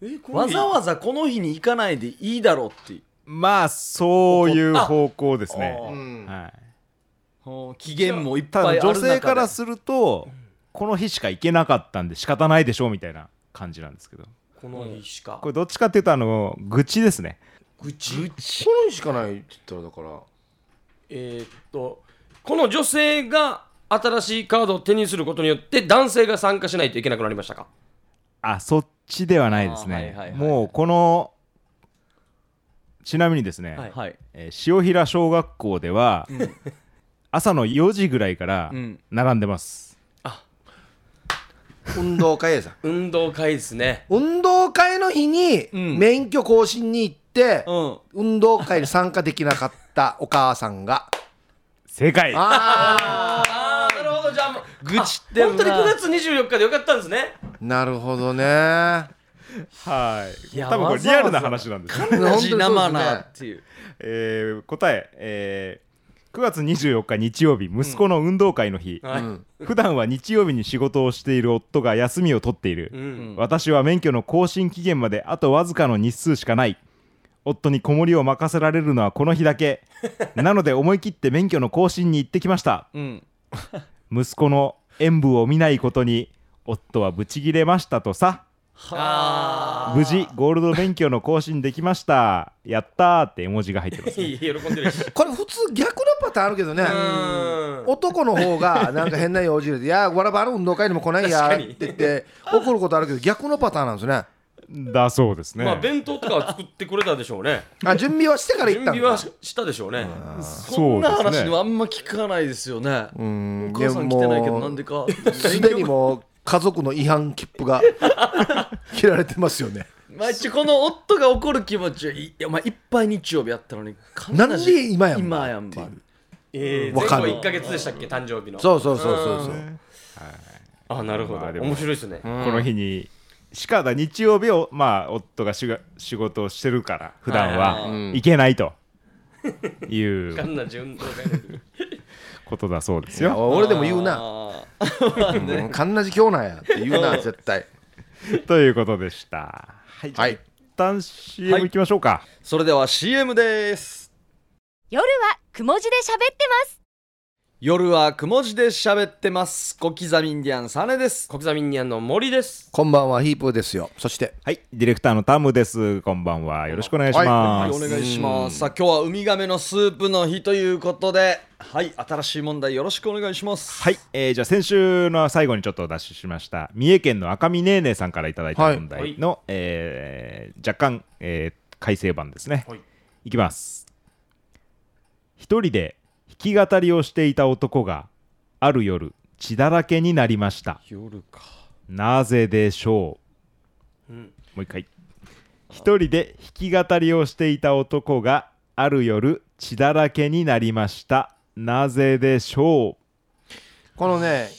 [SPEAKER 2] えこの
[SPEAKER 1] わ
[SPEAKER 2] 日
[SPEAKER 1] ざわざこの日に行かないでいいだろうって
[SPEAKER 4] まあそういう方向です
[SPEAKER 1] あ
[SPEAKER 4] ね、
[SPEAKER 3] ん
[SPEAKER 4] はい、
[SPEAKER 1] 期限もいったぱい
[SPEAKER 4] だ
[SPEAKER 1] ある
[SPEAKER 4] 女
[SPEAKER 1] 中で
[SPEAKER 4] 性からするとこの日しか行けなかったんで仕方ないでしょうみたいな感じなんですけど
[SPEAKER 2] この日しか
[SPEAKER 4] これどっちかっていうとあの愚痴ですね
[SPEAKER 2] 愚痴
[SPEAKER 3] この日しかないって言ったらだから
[SPEAKER 2] えーっとこの女性が新しいカードを手にすることによって男性が参加しないといけなくなりましたか
[SPEAKER 4] あそっちではないですね、
[SPEAKER 1] あーはいはいはい
[SPEAKER 4] もうこのちなみにですね、
[SPEAKER 2] はい
[SPEAKER 1] はい
[SPEAKER 4] えー塩平小学校では、朝の4時ぐらいから
[SPEAKER 1] うん
[SPEAKER 4] 並んでます、
[SPEAKER 3] 運動会やさん
[SPEAKER 2] 運動会ですね
[SPEAKER 3] 運動会の日に
[SPEAKER 1] うん
[SPEAKER 3] 免許更新に行って、
[SPEAKER 1] うん
[SPEAKER 3] 運動会に参加できなかったお母さんが
[SPEAKER 4] 正解
[SPEAKER 3] あ
[SPEAKER 2] ああなるほどじゃあもう
[SPEAKER 1] 愚痴ってるな
[SPEAKER 2] 本当に9月24日でよかったんです ね
[SPEAKER 3] あなるほどね
[SPEAKER 4] はい
[SPEAKER 1] いや
[SPEAKER 4] 多分これ
[SPEAKER 1] わ
[SPEAKER 4] リ
[SPEAKER 1] ざわざ
[SPEAKER 4] アルな話なんですね、
[SPEAKER 1] 同じ生なっていう
[SPEAKER 4] えー答ええー9月24日日曜日息子の運動会の日、
[SPEAKER 2] はい、
[SPEAKER 3] ん
[SPEAKER 4] 普段は日曜日に仕事をしている夫が休みを取っている、
[SPEAKER 2] うん
[SPEAKER 4] 私は免許の更新期限まであとわずかの日数しかない夫に子守を任せられるのはこの日だ けなので思い切って免許の更新に行ってきました
[SPEAKER 1] うん
[SPEAKER 4] 息子の演舞を見ないことに夫はブチギレましたとさ
[SPEAKER 1] は
[SPEAKER 4] 無事ゴールド免許の更新できましたやったーって絵文字が入って ます、
[SPEAKER 2] いい喜んでるし
[SPEAKER 3] これ普通逆のパターンあるけどね
[SPEAKER 2] うん
[SPEAKER 3] 男の方がなんか変な用事で「いやわらばる運動会にも来ないや」って言って怒ることあるけど逆のパターンなんですね
[SPEAKER 4] だそうですね、
[SPEAKER 2] まあ弁当とかは作ってくれたでしょうね
[SPEAKER 3] あ準備はしてから行
[SPEAKER 2] 準
[SPEAKER 3] った
[SPEAKER 2] 備
[SPEAKER 3] の
[SPEAKER 2] は
[SPEAKER 3] か
[SPEAKER 2] したでしょうね
[SPEAKER 1] あそんな
[SPEAKER 4] そうで
[SPEAKER 1] 話
[SPEAKER 4] すね
[SPEAKER 1] はあんま聞かないですよね
[SPEAKER 3] うーん
[SPEAKER 1] お母さん来てないけどなんで
[SPEAKER 3] か
[SPEAKER 1] か
[SPEAKER 3] すでにもう家族の違反切 符が切られてますよね
[SPEAKER 1] 毎日この夫が怒る気持ちはいいやお前いっぱい日曜日やったのに必ず
[SPEAKER 3] なんで今やんば
[SPEAKER 1] 今やんば
[SPEAKER 2] ええ
[SPEAKER 3] わか
[SPEAKER 2] 前
[SPEAKER 3] る
[SPEAKER 2] 後1か月でしたっけ誕生日の
[SPEAKER 3] そうそうそうそうそう
[SPEAKER 2] あなるほど
[SPEAKER 4] まあでも
[SPEAKER 2] 面白いですね
[SPEAKER 4] この日にしかだ日曜日をまあ夫がしが仕事をしてるから普段
[SPEAKER 2] はい
[SPEAKER 4] は
[SPEAKER 1] はい
[SPEAKER 4] 行けない という
[SPEAKER 2] かんな順当がね
[SPEAKER 4] ことだそうです
[SPEAKER 3] いや
[SPEAKER 4] よ。
[SPEAKER 3] 俺でも言うな
[SPEAKER 1] な
[SPEAKER 3] うんカンナジ教なんやって言うな絶対
[SPEAKER 4] ということでした。はい
[SPEAKER 3] はい
[SPEAKER 4] 一旦 CM 行きましょうか。
[SPEAKER 1] それでは CM です
[SPEAKER 5] 夜はくも字で喋ってます
[SPEAKER 1] 夜はくも字で喋ってます小刻みインディアンサネです
[SPEAKER 2] 小刻みにあの森です
[SPEAKER 3] こんばんはヒープーですよそして
[SPEAKER 4] はい、ディレクターのタムです。こんばんは。よろしくお願いしま
[SPEAKER 1] はい、
[SPEAKER 4] す。
[SPEAKER 1] お願いします。さあ、今日はウミガメのスープの日ということで、はい、新しい問題よろしくお願いします。
[SPEAKER 4] はい、えーじゃあ先週の最後にちょっとお出ししました三重県の赤見ねえねえさんからいただいた問題の、えー若干、えー改正版ですね、
[SPEAKER 2] はい
[SPEAKER 4] い、きます一人で弾き語りをしていた男がある夜血だらけになりました
[SPEAKER 1] 夜か。
[SPEAKER 4] なぜでしょう、もう一回一人で弾き語りをしていた男がある夜血だらけになりましたなぜでしょう
[SPEAKER 3] このね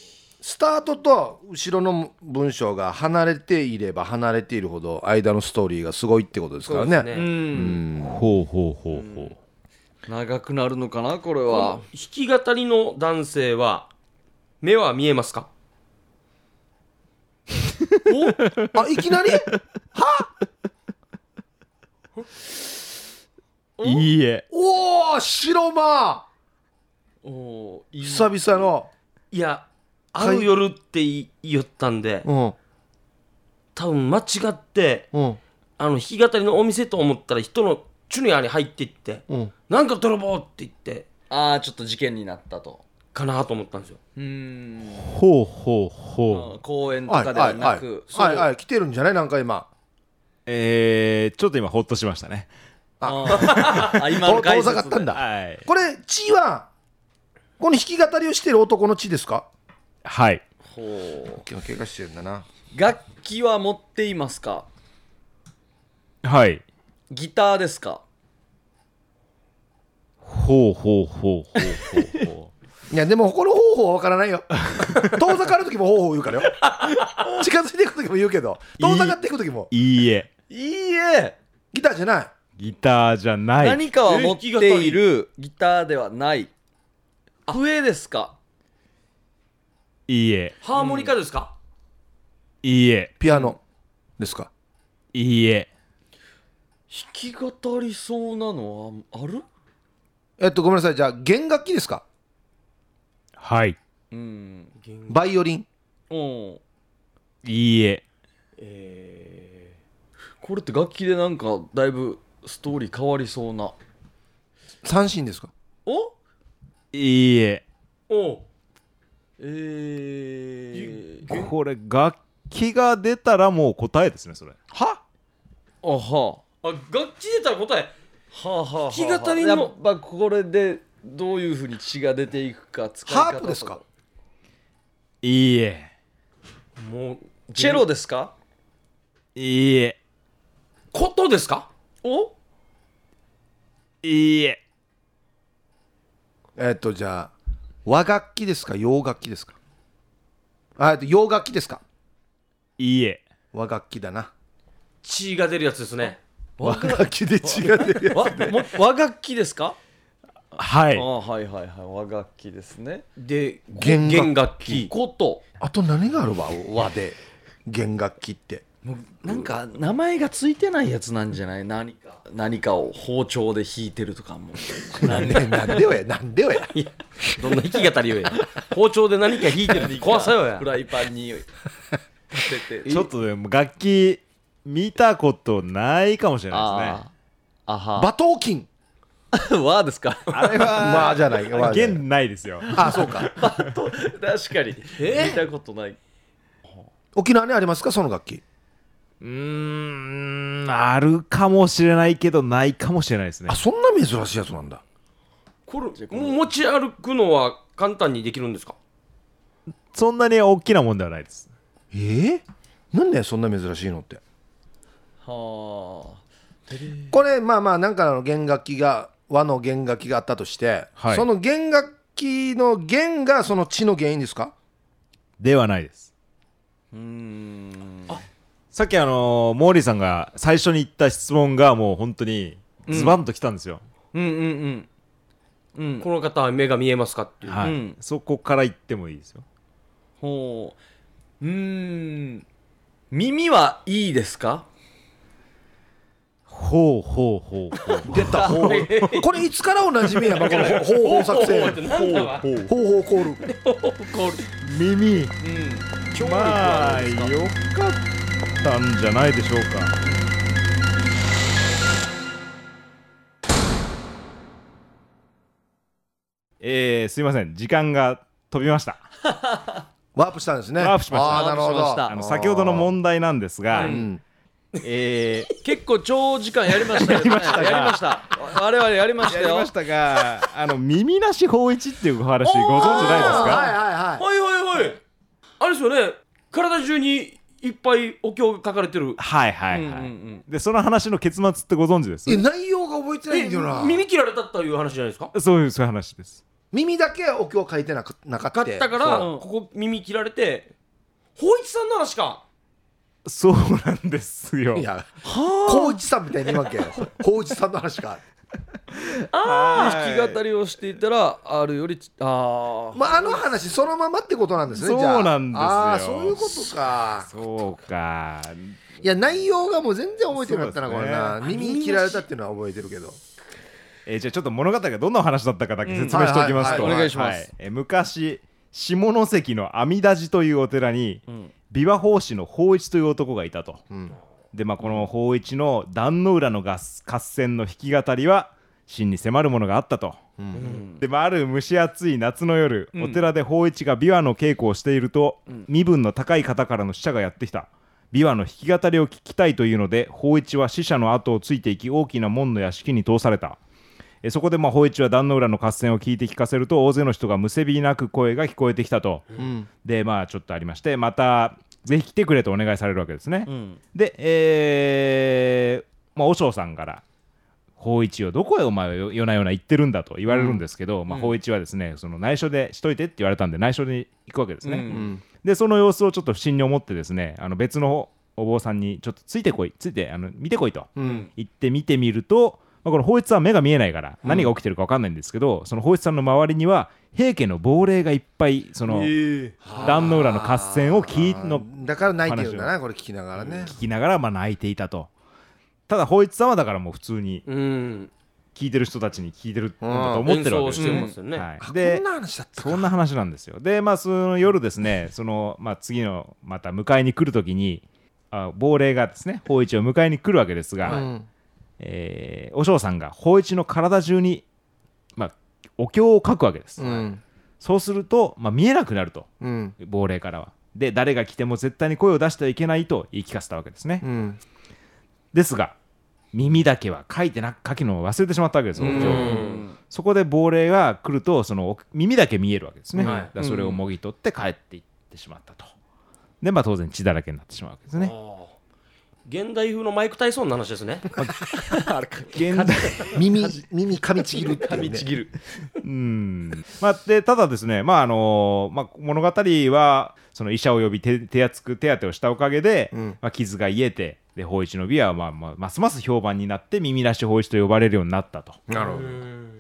[SPEAKER 3] スタートと後ろの文章が離れていれば離れているほど間のストーリーがすごいってことですからね
[SPEAKER 1] う
[SPEAKER 2] ね
[SPEAKER 1] ん、
[SPEAKER 4] ほうほうほうほう、
[SPEAKER 1] 長くなるのかな、これ
[SPEAKER 2] この
[SPEAKER 1] は
[SPEAKER 2] 弾。き語りの男性は目は見えますか
[SPEAKER 3] あいきなり
[SPEAKER 4] いいえ
[SPEAKER 3] おお白間
[SPEAKER 2] おーいい
[SPEAKER 3] 久々の
[SPEAKER 2] いやある夜ってい言ったんで
[SPEAKER 3] う
[SPEAKER 2] 多分間違って
[SPEAKER 3] んうん
[SPEAKER 2] あの弾き語りのお店と思ったら人のチュニアに入っていって
[SPEAKER 3] うん
[SPEAKER 2] 「なんか泥棒!」って言って
[SPEAKER 1] ああちょっと事件になったと
[SPEAKER 2] かなと思ったんですよ
[SPEAKER 1] うーん
[SPEAKER 4] ほうほうほう
[SPEAKER 1] 公園と
[SPEAKER 3] はい
[SPEAKER 1] かで
[SPEAKER 3] は
[SPEAKER 1] はい
[SPEAKER 3] は
[SPEAKER 1] ないく
[SPEAKER 3] はいはい来てるんじゃないなんか今
[SPEAKER 4] えー、ちょっと今ほっとしましたね
[SPEAKER 1] あーあ今の
[SPEAKER 3] と
[SPEAKER 1] 解
[SPEAKER 3] 遠
[SPEAKER 1] 説
[SPEAKER 3] ざ
[SPEAKER 1] で
[SPEAKER 3] かったんだ
[SPEAKER 4] はい
[SPEAKER 3] これ血はこの弾き語りをしてる男の血ですか
[SPEAKER 4] はい
[SPEAKER 1] ほ
[SPEAKER 3] 怪我してるんだな
[SPEAKER 1] う楽器は持っていますか
[SPEAKER 4] はい
[SPEAKER 1] ギターですか
[SPEAKER 4] ほうほうほうほうほうほう
[SPEAKER 3] いやでもこの方法は分からない よ遠ざかる時も方法言うからよ近づいていく時も言うけど遠ざかっていく時も
[SPEAKER 4] いいえ
[SPEAKER 1] いいえ
[SPEAKER 3] ギターじゃない
[SPEAKER 4] ギターじゃない
[SPEAKER 1] 何かは持っているギターではない笛ですか
[SPEAKER 4] いいえ
[SPEAKER 2] ハーモニカですか、
[SPEAKER 4] いいえ
[SPEAKER 3] ピアノですか
[SPEAKER 4] いいえ
[SPEAKER 1] 弾き語りそうなのはある
[SPEAKER 3] えっとごめんなさいじゃあ弦楽器ですか
[SPEAKER 4] はい
[SPEAKER 1] うん
[SPEAKER 3] バイオリン
[SPEAKER 1] うん
[SPEAKER 4] いいえ
[SPEAKER 2] え
[SPEAKER 1] これって楽器でなんかだいぶストーリー変わりそうな
[SPEAKER 3] 三振ですか
[SPEAKER 1] お
[SPEAKER 4] いいえ
[SPEAKER 2] ー、おう
[SPEAKER 1] えー、
[SPEAKER 4] これ楽器が出たらもう答えですねそれ
[SPEAKER 3] は
[SPEAKER 1] あは
[SPEAKER 2] あ楽器出たら答え
[SPEAKER 1] はあはあはあ
[SPEAKER 2] 弾き語りの
[SPEAKER 1] やっぱこれでどういうふうに血が出ていくか使い方と
[SPEAKER 3] ハープですか
[SPEAKER 4] いいえ
[SPEAKER 2] もう
[SPEAKER 1] チェロですか
[SPEAKER 4] いいえ
[SPEAKER 2] ことですか
[SPEAKER 1] お
[SPEAKER 4] いいえ
[SPEAKER 3] えっとじゃあ和楽器ですか洋楽器ですかあえっと洋楽器ですか
[SPEAKER 4] いいえ
[SPEAKER 3] 和楽器だな
[SPEAKER 2] 血が出るやつですね
[SPEAKER 3] 和楽器で違ってる
[SPEAKER 1] わ も和楽器ですか
[SPEAKER 4] は
[SPEAKER 1] あ
[SPEAKER 4] い
[SPEAKER 1] あはいはいはい和楽器ですね
[SPEAKER 2] で
[SPEAKER 3] 弦楽器
[SPEAKER 2] 弦楽器
[SPEAKER 1] こと
[SPEAKER 3] あと何があるわ和で弦楽器って
[SPEAKER 1] もうなんか名前がついてないやつなんじゃない何か何かを包丁で弾いてるとか も
[SPEAKER 3] なんで なんでよやなんでよや
[SPEAKER 2] どんな弾き語りよや包丁で何か弾いてるって怖さよや
[SPEAKER 1] フライパンに立てて
[SPEAKER 4] ちょっとでも楽器見たことないかもしれないです
[SPEAKER 1] あ
[SPEAKER 4] ね
[SPEAKER 1] ああは
[SPEAKER 3] 馬頭琴
[SPEAKER 1] 和ですか
[SPEAKER 4] あれ
[SPEAKER 3] まあじゃない和じゃない
[SPEAKER 4] 現ないですよ
[SPEAKER 3] あそう か
[SPEAKER 1] 確か に見たことない
[SPEAKER 3] 沖縄にありますかその楽器
[SPEAKER 4] うーんあるかもしれないけどないかもしれないですね
[SPEAKER 3] あそんな珍しいやつなんだ
[SPEAKER 2] これ持ち歩くのは簡単にできるんですか
[SPEAKER 4] そんなに大きなもんではないです
[SPEAKER 3] えー、なんでそんな珍しいのって
[SPEAKER 1] はあ
[SPEAKER 3] これまあまあなんかの弦楽器が和の弦楽器があったとして、
[SPEAKER 4] はい
[SPEAKER 3] その弦楽器の弦がその地の原因ですか
[SPEAKER 4] ではないです
[SPEAKER 1] うーん
[SPEAKER 4] さっきあのーモーリーさんが最初に言った質問がもう本当にズバンときたんですよ、
[SPEAKER 1] うんうんうんうん
[SPEAKER 2] この方は目が見えますかっていう、
[SPEAKER 4] はい
[SPEAKER 1] うん
[SPEAKER 4] そこから言ってもいいですよ
[SPEAKER 1] ほううーん耳はいいですか
[SPEAKER 4] ほうほうほうほう
[SPEAKER 3] 出た方法これいつからおなじみやばこの方法作戦
[SPEAKER 2] なんだわ
[SPEAKER 3] 方法コール
[SPEAKER 4] 耳
[SPEAKER 1] うん聴力
[SPEAKER 4] ま
[SPEAKER 1] は
[SPEAKER 4] あ
[SPEAKER 1] どうですか、
[SPEAKER 4] よかったんじゃないでしょうかえー、すいません時間が飛びました
[SPEAKER 3] ワープしたんですね
[SPEAKER 4] ワープしました
[SPEAKER 3] あーなるほ
[SPEAKER 1] ワープしまし
[SPEAKER 3] ど
[SPEAKER 1] た
[SPEAKER 4] あの先ほどの問題なんですが、
[SPEAKER 3] うん
[SPEAKER 4] えー、
[SPEAKER 1] 結構長時間やりましたよねやりました我々やりました
[SPEAKER 4] やり
[SPEAKER 1] よ
[SPEAKER 4] ましたがあの耳なし法一っていうお話ご存知ないです
[SPEAKER 3] はいは
[SPEAKER 4] か
[SPEAKER 3] いは
[SPEAKER 2] はいはいはいあれですよね体中にいっぱいお経が書かれてる
[SPEAKER 4] はいはいは
[SPEAKER 1] う
[SPEAKER 4] い、
[SPEAKER 1] んうん
[SPEAKER 4] でその話の結末ってご存知です
[SPEAKER 3] いえ内容が覚えてないんだよな
[SPEAKER 2] え耳切られたっていう話じゃないですか
[SPEAKER 4] そういうそういう話です
[SPEAKER 3] 耳だけお経書いてなかなかった
[SPEAKER 2] 買ったから
[SPEAKER 1] そう
[SPEAKER 2] ここ耳切られて法一さんの話か
[SPEAKER 4] そうなんですよ
[SPEAKER 3] いや高一さんみたいに言うわけよ高一さんの話か
[SPEAKER 4] はい
[SPEAKER 1] 弾き語りをしていたらあるよりちああ
[SPEAKER 3] まあ、あの話そのままってことなんですね。
[SPEAKER 4] そう
[SPEAKER 3] じゃあ
[SPEAKER 4] なんですよ
[SPEAKER 3] ああ、そういうことか。
[SPEAKER 4] そうか
[SPEAKER 3] いや、内容がもう全然覚えてなかったな、
[SPEAKER 4] そ
[SPEAKER 3] こ
[SPEAKER 4] うです
[SPEAKER 3] れ
[SPEAKER 4] ね
[SPEAKER 3] な。耳切られたっていうのは覚えてるけど。
[SPEAKER 4] えーじゃあちょっと物語がどんなお話だったかだけ説明しておきますと、
[SPEAKER 3] うんはいは
[SPEAKER 1] 願
[SPEAKER 3] いはいお
[SPEAKER 1] いします
[SPEAKER 4] えー昔下関の阿弥陀寺というお寺に、琵琶法師の法一という男がいたと、でまあこの法一の壇の浦の合合戦の弾き語りは真に迫るものがあったと、でまあ、ある蒸し暑い夏の夜、お寺で法一が琵琶の稽古をしていると、身分の高い方からの使者がやってきた琵琶の弾き語りを聞きたいというので法一は使者の後をついていき大きな門の屋敷に通されたえそこでまあ法一は壇の浦の合戦を聞いて聞かせると大勢の人がむせびなく声が聞こえてきたと、でまあちょっとありましてまたぜひ来てくれとお願いされるわけですね、でえーまあ和尚さんから法一よどこへお前は夜な夜な行ってるんだと言われるんですけど、まあ、法一はですねその内緒でしといてって言われたんで内緒に行くわけですね、でその様子をちょっと不審に思ってですねあの別のお坊さんにちょっとついてこいついてあの見てこいと、行って見てみると、まあ、この法一さんは目が見えないから何が起きてるか分かんないんですけど、その法一さんの周りには平家の亡霊がいっぱいその壇の浦の合戦を聞いの
[SPEAKER 3] だから泣いてるんだなこれ聞きながらね、
[SPEAKER 4] 聞きながらまあ泣いていたとただ法一さんはだからもう普通に
[SPEAKER 2] うん
[SPEAKER 4] 聞いてる人たちに聞いてるんだと思ってるわけで
[SPEAKER 2] 演奏し
[SPEAKER 4] す
[SPEAKER 2] てますよね
[SPEAKER 4] はい、
[SPEAKER 3] こ
[SPEAKER 4] で
[SPEAKER 3] んな話だった
[SPEAKER 4] そんな話なんですよでまあその夜ですねその、まあ、次のまた迎えに来る時にあ亡霊がですね法一を迎えに来るわけですが、
[SPEAKER 3] うん
[SPEAKER 4] えーお嬢さんが法一の体中に、まあ、お経を書くわけです、
[SPEAKER 3] うん
[SPEAKER 4] そうすると、まあ、見えなくなると
[SPEAKER 3] うん
[SPEAKER 4] 亡霊からはで誰が来ても絶対に声を出してはいけないと言い聞かせたわけですね、
[SPEAKER 3] うん
[SPEAKER 4] ですが耳だけは書いてな書くのを忘れてしまったわけですお経をそこで亡霊が来るとそのお耳だけ見えるわけですね、
[SPEAKER 2] はい
[SPEAKER 4] だからそれをもぎ取って帰っていってしまったとでまあ当然血だらけになってしまうわけですね
[SPEAKER 2] 現代風のマイク・タイソンの話ですね。
[SPEAKER 4] 現代
[SPEAKER 3] 耳耳噛みちぎるっていうね
[SPEAKER 1] ちぎる
[SPEAKER 4] うんまあ、でただですね、まああのまあ、物語はその医者を呼び手手厚く手当てをしたおかげで、まあ、傷が癒えてで法一の美は、まあまあ、ますます評判になって耳なし法一と呼ばれるようになったと
[SPEAKER 3] なるほど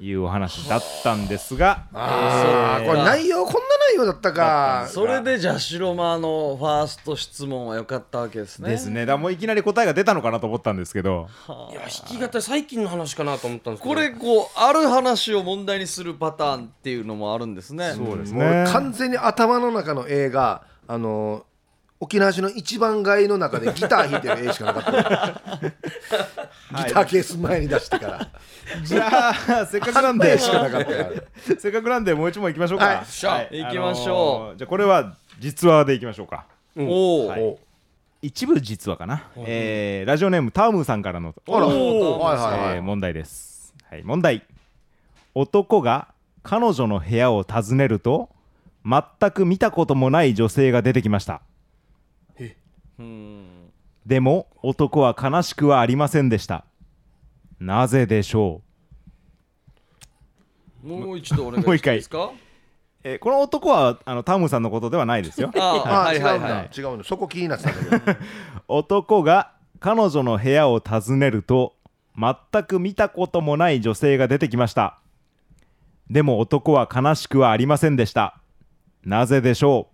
[SPEAKER 4] いうお話だったんですが
[SPEAKER 3] あーこれ内容こんな内容だったか
[SPEAKER 1] それでじゃあ白間のファースト質問は良かったわけですね
[SPEAKER 4] ですねだからもういきなり答えが出たのかなと思ったんですけど
[SPEAKER 2] いや、弾き語り最近の話かなと思ったんですけ
[SPEAKER 1] こ
[SPEAKER 2] ど。
[SPEAKER 1] れこうある話を問題にするパターンっていうのもあるんですね
[SPEAKER 4] そうです
[SPEAKER 3] もう
[SPEAKER 4] ね
[SPEAKER 3] 完全に頭の中の映画あの沖縄市の一番街の中でギター弾いてる絵しかなかったよギターケース前に出してから
[SPEAKER 4] じゃあ せっかくなんで
[SPEAKER 3] 絵しかなかったから
[SPEAKER 4] せっかくなんでもう一問いきましょうか、
[SPEAKER 3] はい
[SPEAKER 4] は
[SPEAKER 1] しゃ行きましょう
[SPEAKER 4] あのーじゃあこれは実話でいきましょうか
[SPEAKER 1] おお、
[SPEAKER 4] 一部実話かな、えーラジオネームタームーさんからの
[SPEAKER 3] あら
[SPEAKER 1] おー
[SPEAKER 3] はいはい
[SPEAKER 4] えー
[SPEAKER 3] はい
[SPEAKER 4] 問題です、はい、問題男が彼女の部屋を訪ねると全く見たこともない女性が出てきましたでも男は悲しくはありませんでしたなぜでしょう、
[SPEAKER 1] もう一度お願い
[SPEAKER 4] もう一
[SPEAKER 1] してい
[SPEAKER 4] 回
[SPEAKER 1] いですか
[SPEAKER 4] えーこの男はあのタームさんのことではないです よ
[SPEAKER 1] ああ
[SPEAKER 3] あ
[SPEAKER 1] はい
[SPEAKER 3] ー違
[SPEAKER 1] は
[SPEAKER 3] う
[SPEAKER 1] い
[SPEAKER 3] ん
[SPEAKER 1] は
[SPEAKER 3] だ
[SPEAKER 1] い
[SPEAKER 3] 違うんだそこ気になってたんだけど
[SPEAKER 4] 男が彼女の部屋を訪ねると全く見たこともない女性が出てきましたでも男は悲しくはありませんでしたなぜでしょ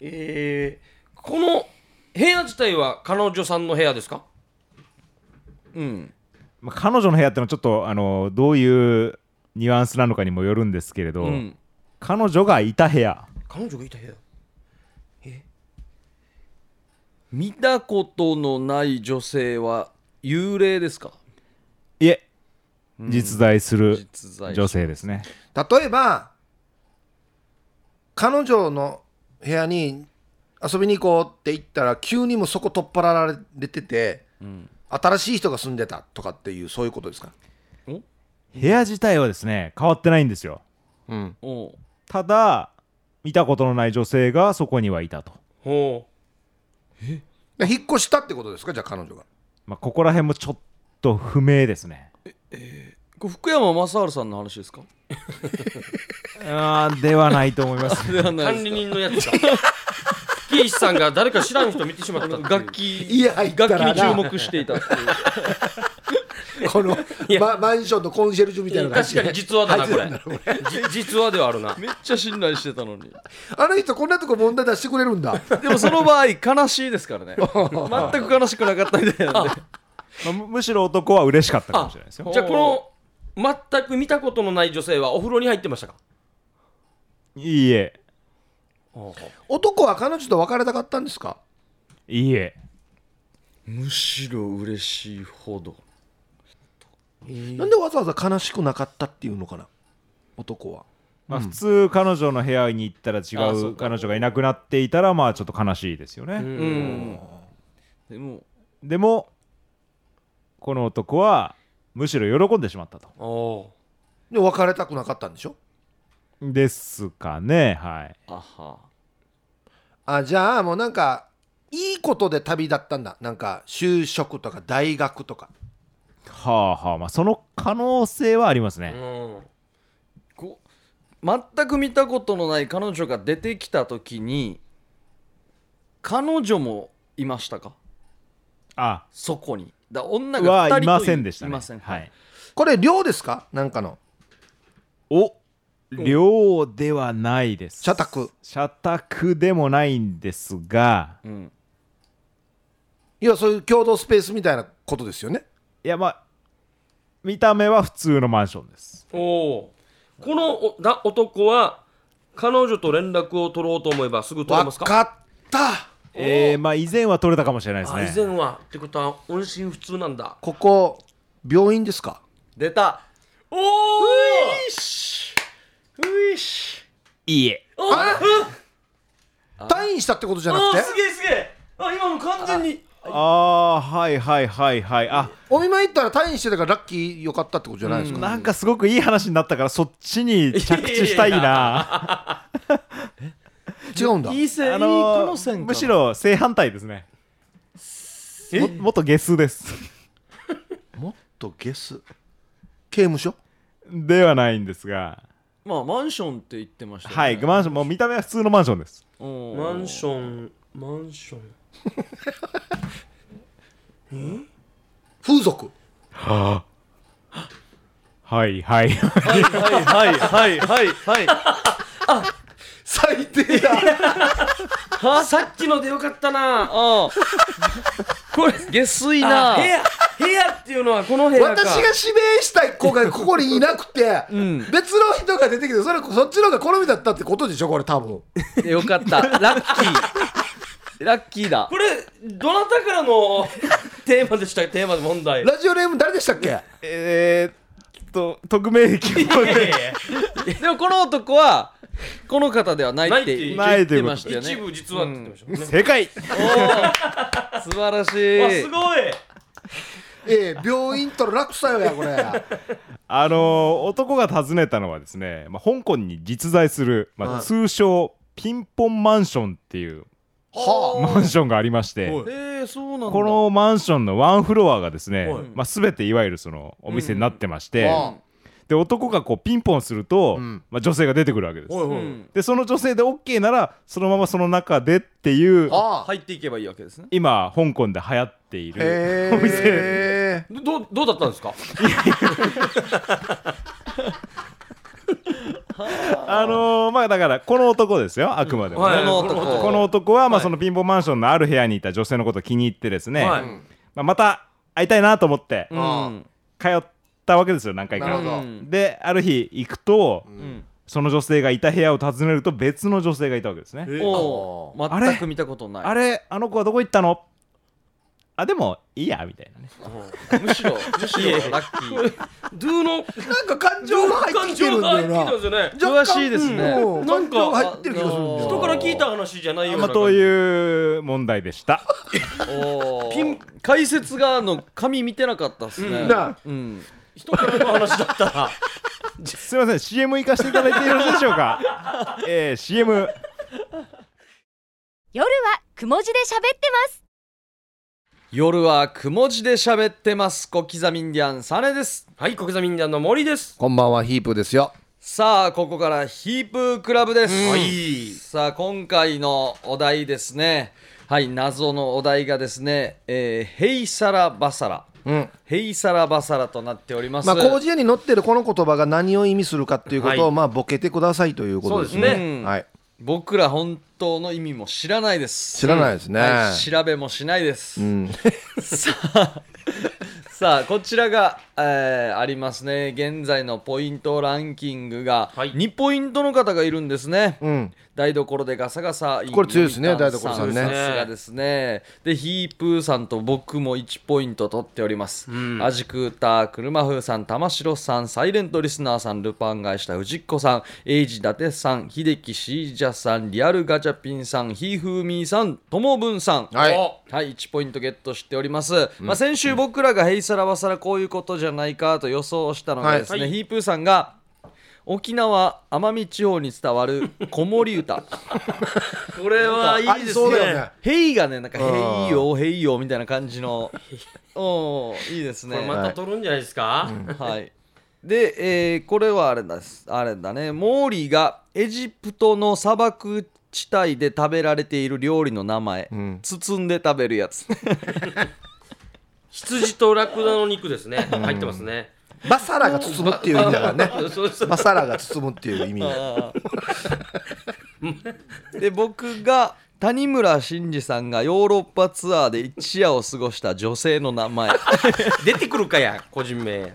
[SPEAKER 2] えーこの部屋自体は彼女さんの部屋ですか
[SPEAKER 4] う、まあ、彼女の部屋ってのはちょっとあのどういうニュアンスなのかにもよるんですけれど、
[SPEAKER 1] ん
[SPEAKER 4] 彼女がいた部屋
[SPEAKER 2] 彼女がいた部屋
[SPEAKER 1] 見たことのない女性は幽霊ですか
[SPEAKER 4] いえ実在する
[SPEAKER 1] 実在
[SPEAKER 4] 女性ですね、
[SPEAKER 3] 例えば彼女の部屋に遊びに行こうって言ったら急にもうそこ取っ払われてて、新しい人が住んでたとかっていうそういうことですか
[SPEAKER 4] 部屋自体はですね変わってないんですよ
[SPEAKER 1] おう
[SPEAKER 4] ただ見たことのない女性がそこにはいたと
[SPEAKER 2] ほ
[SPEAKER 3] で引っ越したってことですかじゃあ彼女が
[SPEAKER 4] まあ、ここら辺もちょっと不明ですね。
[SPEAKER 1] これ福山雅治さんの話ですか
[SPEAKER 4] あーではないと思い ます。
[SPEAKER 1] では
[SPEAKER 2] う
[SPEAKER 1] ないです
[SPEAKER 2] 管理
[SPEAKER 1] か
[SPEAKER 2] 人のや つか月石さんが誰か知らん人見てしまったっていう
[SPEAKER 1] 楽器
[SPEAKER 3] 家入った
[SPEAKER 1] 楽器
[SPEAKER 3] らな
[SPEAKER 1] に注目していたっていう
[SPEAKER 3] この、ま、マンションのコンシェルジュみたいな感
[SPEAKER 2] 確
[SPEAKER 3] じ
[SPEAKER 2] か
[SPEAKER 3] で
[SPEAKER 2] に実話だなこ
[SPEAKER 3] 入ってたんだ
[SPEAKER 2] れじ実話ではあるな
[SPEAKER 1] めっちゃ信頼してたのに
[SPEAKER 3] あの人こんなとこ問題出してくれるんだ
[SPEAKER 1] でもその場合悲しいですからね全く悲しくなかったみたいなんで
[SPEAKER 4] まあむむしろ男は嬉しかったかもしれないですよ。
[SPEAKER 2] じゃあこの全く見たことのない女性はお風呂に入ってましたか
[SPEAKER 4] いいえ
[SPEAKER 3] 男は彼女と別れたかったんですか
[SPEAKER 4] いいえ
[SPEAKER 1] むしろ嬉しいほど
[SPEAKER 3] なんでわざわざ悲しくなかったっていうのかな男は
[SPEAKER 4] まあ、普通彼女の部屋に行った
[SPEAKER 2] あ
[SPEAKER 4] ら違
[SPEAKER 2] ーそううか
[SPEAKER 4] 彼女がいなくなっていたらまあちょっと悲しいですよね、
[SPEAKER 2] うん
[SPEAKER 1] でも
[SPEAKER 4] でもこの男はむしろ喜んでしまったと
[SPEAKER 2] おお
[SPEAKER 3] で別れたくなかったんでしょ
[SPEAKER 4] ですかねはい
[SPEAKER 1] あは
[SPEAKER 3] あじゃあもうなんかいいことで旅立ったんだなんか就職とか大学とか
[SPEAKER 4] はあはあまあその可能性はあります
[SPEAKER 2] う
[SPEAKER 4] ね、
[SPEAKER 2] ん
[SPEAKER 1] こ全く見たことのない彼女が出てきた時に彼女もいましたか
[SPEAKER 4] あ
[SPEAKER 1] そこにだ女が2人
[SPEAKER 4] は
[SPEAKER 1] と
[SPEAKER 4] いませんでしたね
[SPEAKER 1] いません
[SPEAKER 4] はい、
[SPEAKER 3] これ寮ですかなんかの
[SPEAKER 4] お量ではないです
[SPEAKER 3] 社宅
[SPEAKER 4] 社宅でもないんですが
[SPEAKER 1] うん、
[SPEAKER 3] いやそういう共同スペースみたいなことですよね
[SPEAKER 4] いやまあ見た目は普通のマンションです
[SPEAKER 2] おおこのおだ男は彼女と連絡を取ろうと思えばすぐ取れ
[SPEAKER 3] わ
[SPEAKER 2] ますか
[SPEAKER 3] かった
[SPEAKER 4] えー、まあ以前は取れたかもしれないです
[SPEAKER 2] あ
[SPEAKER 4] ね
[SPEAKER 2] 以前はってことは音信不通なんだ
[SPEAKER 3] ここ病院ですか
[SPEAKER 1] 出た
[SPEAKER 2] おお
[SPEAKER 1] ういし
[SPEAKER 4] いいえ
[SPEAKER 3] 退院したってことじゃなく
[SPEAKER 2] あ
[SPEAKER 3] て
[SPEAKER 2] すげえすげえあ今も完全に
[SPEAKER 4] あーはいはいはいはいあ
[SPEAKER 3] お見舞い行ったら退院してたからラッキーよかったってことじゃないですか、
[SPEAKER 4] なんかすごくいい話になったからそっちに着地したい
[SPEAKER 2] いやい
[SPEAKER 4] な
[SPEAKER 3] 違うんだ
[SPEAKER 1] いい線、
[SPEAKER 4] あ
[SPEAKER 1] いい
[SPEAKER 4] の
[SPEAKER 1] この線かな
[SPEAKER 4] むしろ正反対ですねももっとゲスです
[SPEAKER 3] もっとゲス刑務所
[SPEAKER 4] ではないんですが
[SPEAKER 1] まあマンションって言ってましたよね
[SPEAKER 4] はいマンションもう見た目は普通のマンションです
[SPEAKER 1] うん
[SPEAKER 2] マンションマンション
[SPEAKER 3] 風俗
[SPEAKER 4] はいはい
[SPEAKER 1] はいはいはいはいは
[SPEAKER 3] 最低だ
[SPEAKER 2] あさっきのでよかったな
[SPEAKER 1] これ下水な
[SPEAKER 2] あ部屋部屋っていうのはこの部屋か
[SPEAKER 3] 私が指名したい子がここにいなくて、別の人が出てきてそれそっちの方が好みだったってことでしょこれ多分
[SPEAKER 1] よかったラッキーラッキーだ
[SPEAKER 2] これどなたからの テーマでしたテーマで問題
[SPEAKER 3] ラジオネーム誰でしたっけ
[SPEAKER 4] えー、っと匿名希望で
[SPEAKER 1] でもこの男はこの方ではないって
[SPEAKER 4] な
[SPEAKER 1] 言っ
[SPEAKER 4] いっ
[SPEAKER 1] てて
[SPEAKER 4] 言
[SPEAKER 1] ま
[SPEAKER 4] っ
[SPEAKER 1] してたよね
[SPEAKER 2] 一部実はって言ってましたもんね
[SPEAKER 4] 正解
[SPEAKER 1] おー素晴らし
[SPEAKER 2] わ
[SPEAKER 1] い
[SPEAKER 2] すごい
[SPEAKER 3] ええ病院との落差よやこれ
[SPEAKER 4] あのー男が訪ねたのはですね、まあ、香港に実在する、まあ
[SPEAKER 3] はい
[SPEAKER 4] 通称ピンポンマンションっていう
[SPEAKER 3] は
[SPEAKER 4] マンションがありまして、
[SPEAKER 1] えー、そうなんだ
[SPEAKER 4] このマンションのワンフロアがですね、
[SPEAKER 2] はい
[SPEAKER 4] まあ、全ていわゆるそのお店になってまして、
[SPEAKER 3] あ
[SPEAKER 4] で男がこうピンポンすると、
[SPEAKER 3] ん
[SPEAKER 4] まあ、女性が出てくるわけです、
[SPEAKER 1] う
[SPEAKER 2] うん
[SPEAKER 1] ん
[SPEAKER 4] でその女性で OK ならそのままその中でっていう
[SPEAKER 3] はあ
[SPEAKER 1] 入っていけばいいわけですね
[SPEAKER 4] 今香港で流行っている
[SPEAKER 3] へ
[SPEAKER 4] お店
[SPEAKER 3] え
[SPEAKER 2] どどうだったんですか
[SPEAKER 4] あのーまあだからこの男ですよあくまでも、ね
[SPEAKER 2] はい
[SPEAKER 1] この男
[SPEAKER 4] この男は、ま
[SPEAKER 2] は
[SPEAKER 4] あ、
[SPEAKER 2] い
[SPEAKER 4] そのピンポンマンションのある部屋にいた女性のことを気に入ってですね、
[SPEAKER 2] はい
[SPEAKER 4] まあ、また会いたいなと思って
[SPEAKER 1] うん
[SPEAKER 4] 通ったわけですよ何回か
[SPEAKER 3] なるほど
[SPEAKER 1] うん
[SPEAKER 4] である日行くと、
[SPEAKER 1] うん
[SPEAKER 4] その女性がいた部屋を訪ねると別の女性がいたわけですね、
[SPEAKER 1] おお
[SPEAKER 4] あ
[SPEAKER 1] 全く見たことない
[SPEAKER 4] あれあの子はどこ行ったのあでもいいやみたいなね
[SPEAKER 1] むしろむしろラッキー
[SPEAKER 2] ドゥの
[SPEAKER 3] なんか感情が入ってきてるんだよな
[SPEAKER 2] 感情が入ってきてます
[SPEAKER 1] 詳
[SPEAKER 2] よね
[SPEAKER 1] しいですね
[SPEAKER 3] うん
[SPEAKER 2] なんか
[SPEAKER 3] 感情が入ってる気がするんだ
[SPEAKER 1] あ
[SPEAKER 3] よな
[SPEAKER 1] の
[SPEAKER 2] 人から聞いた話じゃないよう
[SPEAKER 4] ま
[SPEAKER 2] な
[SPEAKER 4] あという問題でした
[SPEAKER 1] お
[SPEAKER 2] ピン
[SPEAKER 1] ー解説があの紙見てなかったっすね
[SPEAKER 3] な
[SPEAKER 1] うん
[SPEAKER 2] 人からの話だったら
[SPEAKER 4] すいません CM 行かせていただいてよろしいでしょうかえー、CM
[SPEAKER 5] 夜はくも字で喋ってます
[SPEAKER 1] 夜はくも字で喋ってます小刻みインディアンサネです
[SPEAKER 2] はい小刻みんなの森です
[SPEAKER 3] こんばんはヒープですよ
[SPEAKER 1] さあここからヒープークラブです、
[SPEAKER 2] はい
[SPEAKER 1] さあ今回のお題ですねはい謎のお題がですね、えー、ヘイサラバサラ
[SPEAKER 3] うん
[SPEAKER 1] ヘイサラバサラとなっております、
[SPEAKER 3] まあ広辞苑に載ってるこの言葉が何を意味するかっていうことを、
[SPEAKER 2] はい
[SPEAKER 3] まあボケてくださいということですね
[SPEAKER 2] そうです
[SPEAKER 1] ね
[SPEAKER 3] はい
[SPEAKER 1] 僕ら本当の意味も知らないです
[SPEAKER 3] 知らないですね、
[SPEAKER 1] はい、調べもしないです、
[SPEAKER 3] ん
[SPEAKER 1] さあさあこちらがえーありますね現在のポイントランキングが
[SPEAKER 2] はい
[SPEAKER 1] 2ポイントの方がいるんですね、
[SPEAKER 3] うん
[SPEAKER 1] 台所でガサガサ
[SPEAKER 3] これ強いですね
[SPEAKER 1] インターン
[SPEAKER 3] 台所さんね
[SPEAKER 1] さすがですねでヒープーさんと僕も1ポイント取っております、
[SPEAKER 2] ん
[SPEAKER 1] アジクーター車風さん玉城さんサイレントリスナーさんルパン返した藤子さんエイジ伊達さん秀樹シージャさんリアルガチャピンさんひーふーみーさんともぶんさん
[SPEAKER 3] はい
[SPEAKER 1] おはい、1ポイントゲットしております、まあ、先週僕らが「へいさらわさらこういうことじゃないか」と予想したのがですね、
[SPEAKER 2] はい
[SPEAKER 1] ヒープーさんが沖縄奄美地方に伝わる子守 歌
[SPEAKER 2] これはい
[SPEAKER 3] あ
[SPEAKER 2] い
[SPEAKER 3] り
[SPEAKER 2] です
[SPEAKER 3] そうだよ
[SPEAKER 2] ね
[SPEAKER 3] ね
[SPEAKER 1] 「へい」がねなんか「
[SPEAKER 3] あー
[SPEAKER 1] へいよへいよ」みたいな感じ のおーいいです
[SPEAKER 2] これ
[SPEAKER 1] ね、
[SPEAKER 2] また取るんじゃないですか、
[SPEAKER 1] はいで、えーこれはあれだすあれだねモーリーがエジプトの砂漠地帯で食べられている料理の名前、
[SPEAKER 3] ん
[SPEAKER 1] 包んで食べるやつ
[SPEAKER 2] 羊とラクダの肉ですね入ってますね
[SPEAKER 3] バサラが包むっていう意味だか らね
[SPEAKER 2] そうそう
[SPEAKER 3] バサラが包むっていう意味
[SPEAKER 1] で僕が谷村新司さんがヨーロッパツアーで一夜を過ごした女性の名前
[SPEAKER 2] 出てくるかや個人名や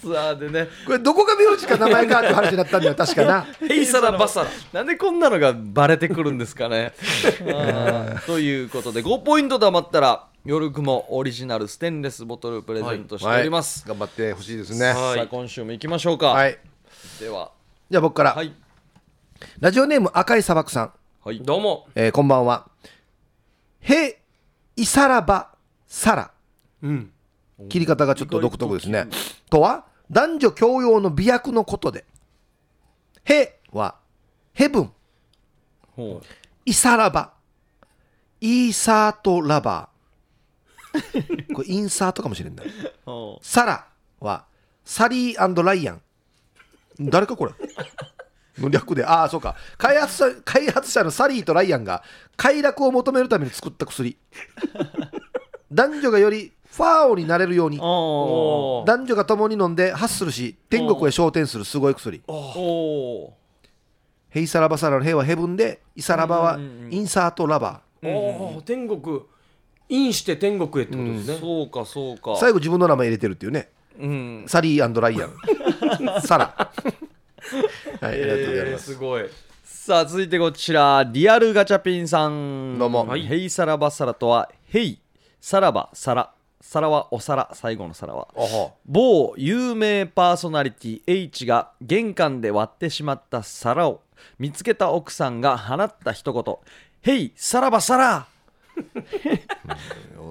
[SPEAKER 1] ツアーでね
[SPEAKER 3] これどこが名字か名前かっていう話になったんだよ確かな
[SPEAKER 2] ヘイサラバサラ
[SPEAKER 1] なんでこんなのがバレてくるんですかねあー ということで5ポイント貯まったら夜雲オリジナルステンレスボトルプレゼントしております、
[SPEAKER 3] はい頑張ってほしいですね
[SPEAKER 2] は
[SPEAKER 3] はい
[SPEAKER 1] さあ今週も行きましょうか、
[SPEAKER 3] い、
[SPEAKER 1] では
[SPEAKER 3] じゃあ僕から、
[SPEAKER 1] はい
[SPEAKER 3] ラジオネーム赤い砂漠さん、
[SPEAKER 1] はい
[SPEAKER 2] どうも
[SPEAKER 3] えーこんばんはへいさらばさら
[SPEAKER 2] うん
[SPEAKER 3] 切り方がちょっと独特ですね。とは、男女共用の美薬のことで、へは、ヘブン、
[SPEAKER 1] ほ
[SPEAKER 3] イサラバ、イーサートラバ ー。これ、インサートかもしれない。
[SPEAKER 1] うほ
[SPEAKER 3] サラは、サリーライアン。誰かこれの略で、ああ、そうか開発者。開発者のサリーとライアンが快楽を求めるために作った薬。男女がよりファーオになれるように
[SPEAKER 1] う。お
[SPEAKER 2] おー
[SPEAKER 3] 男女が共に飲んでハッスルし天国へ昇天するすごい薬
[SPEAKER 1] ーお
[SPEAKER 3] ヘイサラバサラのヘイはヘブンでイサラバはインサートラバ
[SPEAKER 2] おー天国インして天国へってことで
[SPEAKER 1] ー
[SPEAKER 2] すね、
[SPEAKER 1] そうかそうか
[SPEAKER 3] ー最後自分の名前入れてるっていうね
[SPEAKER 1] うん
[SPEAKER 3] サリーライア ンサラはいありがとうござい
[SPEAKER 2] え
[SPEAKER 3] ま
[SPEAKER 2] ー
[SPEAKER 3] す
[SPEAKER 2] すごい
[SPEAKER 1] さあ続いてこちらリアルガチャピンさん
[SPEAKER 3] どうも
[SPEAKER 1] はいヘイサラバサラとはヘイさらばさらさらはお皿最後の皿は
[SPEAKER 3] おほ
[SPEAKER 1] 某有名パーソナリティ H が玄関で割ってしまった皿を見つけた奥さんが放った一言「ヘイさらばさら!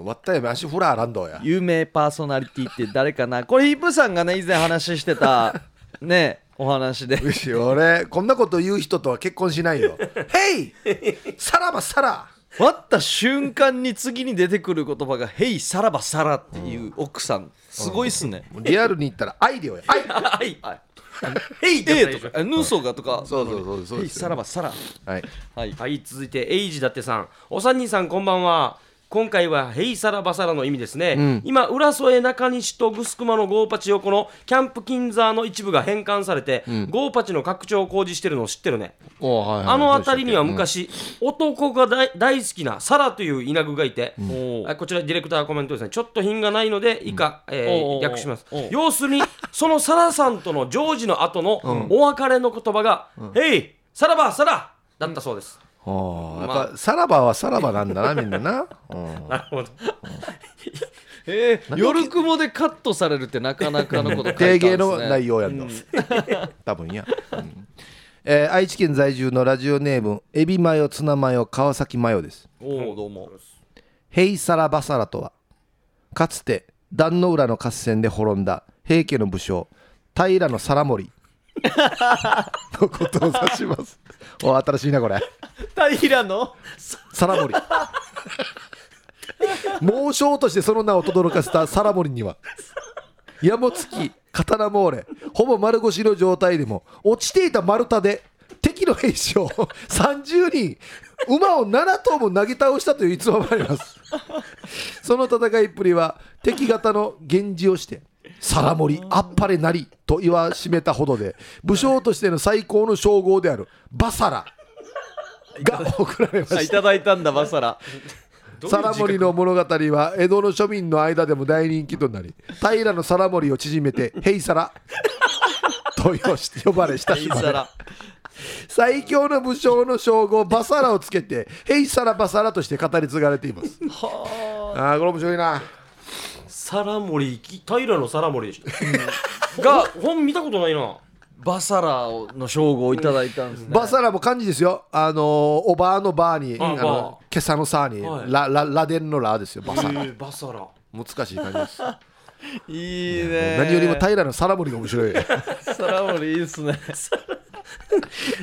[SPEAKER 3] 割ったやめ足フラーランド」や
[SPEAKER 1] 有名パーソナリティって誰かなこれヒープさんがね以前話して たねお話で
[SPEAKER 3] うし俺こんなこと言う人とは結婚しないよヘイサラバサラ
[SPEAKER 1] 割った瞬間に次に出てくる言葉が「ヘイさらばさら」っていう奥さんすごいっすね。
[SPEAKER 3] リアルに言ったらアイデオやアイ
[SPEAKER 2] はい
[SPEAKER 1] はい
[SPEAKER 2] ヘイ
[SPEAKER 1] え
[SPEAKER 2] で
[SPEAKER 1] とか
[SPEAKER 2] とか
[SPEAKER 1] えヌーソがとか
[SPEAKER 3] そうそうそうそう
[SPEAKER 1] ヘイさらばさら
[SPEAKER 3] はい
[SPEAKER 1] はい
[SPEAKER 2] はい続いてエイジだってさんお三人さんこんばんは今回は「ヘイサラバサラ」の意味ですね、今浦添中西とグスクマのゴーパチ横のキャンプ金沢の一部が返還されて、ゴーパチの拡張を工事してるのを知ってるね
[SPEAKER 3] おはい
[SPEAKER 2] あの辺りには昔、男が大大好きなサラという稲具がいて、あこちらディレクターコメントですねちょっと品がないので以下、えー
[SPEAKER 1] おうおう
[SPEAKER 2] 略します
[SPEAKER 1] おう
[SPEAKER 2] 要するにそのサラさんとのジョージの後のお別れの言葉が「ヘイサラバサラ!」だったそうです、
[SPEAKER 3] ああ、やっぱさらばはさらばなんだな、みんなな。うん
[SPEAKER 2] なるほど
[SPEAKER 1] えー、夜雲でカットされるってなかなかのこと書い
[SPEAKER 3] 定
[SPEAKER 1] てある
[SPEAKER 3] 芸
[SPEAKER 1] ん
[SPEAKER 3] の
[SPEAKER 1] ですね。
[SPEAKER 3] 内容やんの。 多分や。うんえー愛知県在住のラジオネーム、エビマヨ、ツナマヨ、川崎マヨです。
[SPEAKER 1] おおどうも。
[SPEAKER 3] ヘイサラバサラとは、かつて壇ノ浦の合戦で滅んだ平家の武将、平の皿森のことを指します。お、新しいな、これ。
[SPEAKER 1] 平の
[SPEAKER 3] 皿森。猛将としてその名を轟かせた皿森には矢もつき刀も折れほぼ丸腰の状態でも落ちていた丸太で敵の兵士を 30人馬を7頭も投げ倒したという逸話もありますその戦いっぷりは敵方の源氏をして「皿森あっぱれなり」と言わしめたほどで武将としての最高の称号である「バサラ」が贈られました
[SPEAKER 1] いただいたんだバサラ。
[SPEAKER 2] どういう自覚
[SPEAKER 3] 皿森の物語は江戸の庶民の間でも大人気となり平の皿森を縮め て「平皿」と呼し呼ばれ親しまれ
[SPEAKER 1] 皿
[SPEAKER 3] 最強の武将の称号バサラをつけて「平皿バサラ」として語り継がれていますああこれ面白いな
[SPEAKER 2] 皿森き平の皿森でしたが本見たことないな
[SPEAKER 1] バサラの称号をいただいたんですね
[SPEAKER 3] バサラも漢字ですよあのーおばあのばあに
[SPEAKER 2] あ
[SPEAKER 3] あ
[SPEAKER 2] ばあ
[SPEAKER 3] の今朝のさあに、
[SPEAKER 2] はい
[SPEAKER 3] ラララデンのラですよバサラ
[SPEAKER 2] えーバサラ
[SPEAKER 3] 難しい感じです
[SPEAKER 1] いいね
[SPEAKER 3] 何よりも平の皿森が面 白い
[SPEAKER 1] 皿盛りいいですね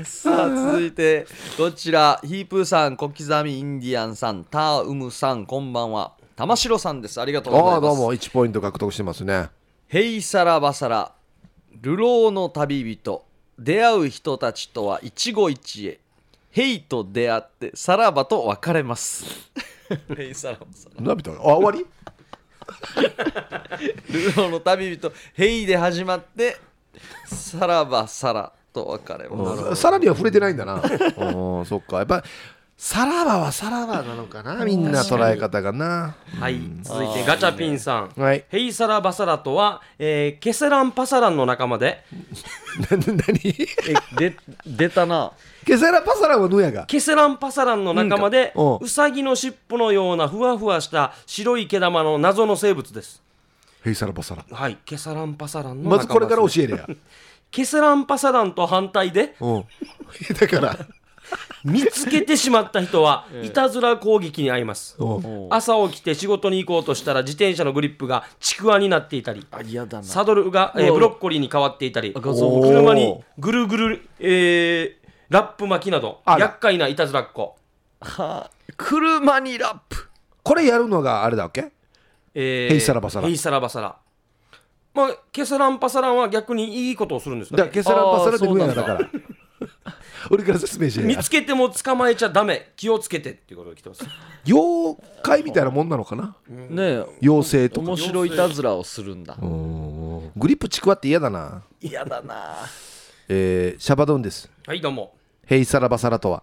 [SPEAKER 1] さあ続いてこちらヒープーさん小刻みインディアンさんターウムさんこんばんは玉城さんですありがとうござい
[SPEAKER 3] あ
[SPEAKER 1] ま
[SPEAKER 3] あ
[SPEAKER 1] す
[SPEAKER 3] どうも1ポイント獲得してますね
[SPEAKER 1] ヘイサラバサラ流浪の旅人出会う人たちとは一期一会ヘイと出会ってさらばと別れますヘイサラバサラ
[SPEAKER 3] 涙があ終わり
[SPEAKER 1] 流浪の旅人ヘイで始まってさらばさらと別れます
[SPEAKER 3] さらには触れてないんだ なうんそっかやっぱさらばはさらばなのかなみんな捉え方がな
[SPEAKER 2] はい続いてガチャピンさん
[SPEAKER 3] はい
[SPEAKER 2] ヘイサラバサラとは、えーケセランパサランの仲間で
[SPEAKER 3] なな 何
[SPEAKER 1] えで出たな
[SPEAKER 3] ケセラパサラはヌヤが
[SPEAKER 2] ケセランパサランの仲間で
[SPEAKER 3] うん
[SPEAKER 2] ウサギの尻尾のようなふわふわした白い毛玉の謎の生物です
[SPEAKER 3] ヘイサラパサラ
[SPEAKER 2] はいケセランパサランの仲間
[SPEAKER 3] まずこれから
[SPEAKER 2] です
[SPEAKER 3] 教えれや
[SPEAKER 2] ケセランパサランと反対で
[SPEAKER 3] うん だから
[SPEAKER 2] 見つけてしまった人 はいたずら攻撃に遭います
[SPEAKER 3] うん
[SPEAKER 2] 朝起きて仕事に行こうとしたら自転車のグリップがちくわになっていたり
[SPEAKER 1] あ嫌だな
[SPEAKER 2] サドルが、えー
[SPEAKER 1] うわ
[SPEAKER 2] ブロッコリーに変わっていたり
[SPEAKER 1] 画像も
[SPEAKER 2] 車にぐるぐる、えーラップ巻きなど
[SPEAKER 3] あら
[SPEAKER 2] 厄介ないたずらっ子、
[SPEAKER 1] はあ車にラップ
[SPEAKER 3] これやるのがあれだっけ
[SPEAKER 2] えー
[SPEAKER 3] ヘイサラバサラ
[SPEAKER 2] ヘイサラバサラまあケサランパサランは逆にいいことをするんです
[SPEAKER 3] だから
[SPEAKER 2] ね
[SPEAKER 3] ケセラパサラでヌヤが
[SPEAKER 1] あーそ
[SPEAKER 3] だ
[SPEAKER 1] う
[SPEAKER 3] か
[SPEAKER 1] なん
[SPEAKER 3] ら俺から説明して
[SPEAKER 2] 見
[SPEAKER 3] や
[SPEAKER 2] つけても捕まえちゃダメ気をつけてっていうことが来てます
[SPEAKER 3] 妖怪みたいなもんなのかな
[SPEAKER 1] ねえ
[SPEAKER 3] 妖精とか
[SPEAKER 1] 面白いたずらをするんだ
[SPEAKER 3] うんグリップちくわって嫌だな
[SPEAKER 1] 嫌だな
[SPEAKER 3] えーシャバドゥンです
[SPEAKER 2] はいどうも
[SPEAKER 3] ヘイサラバサラとは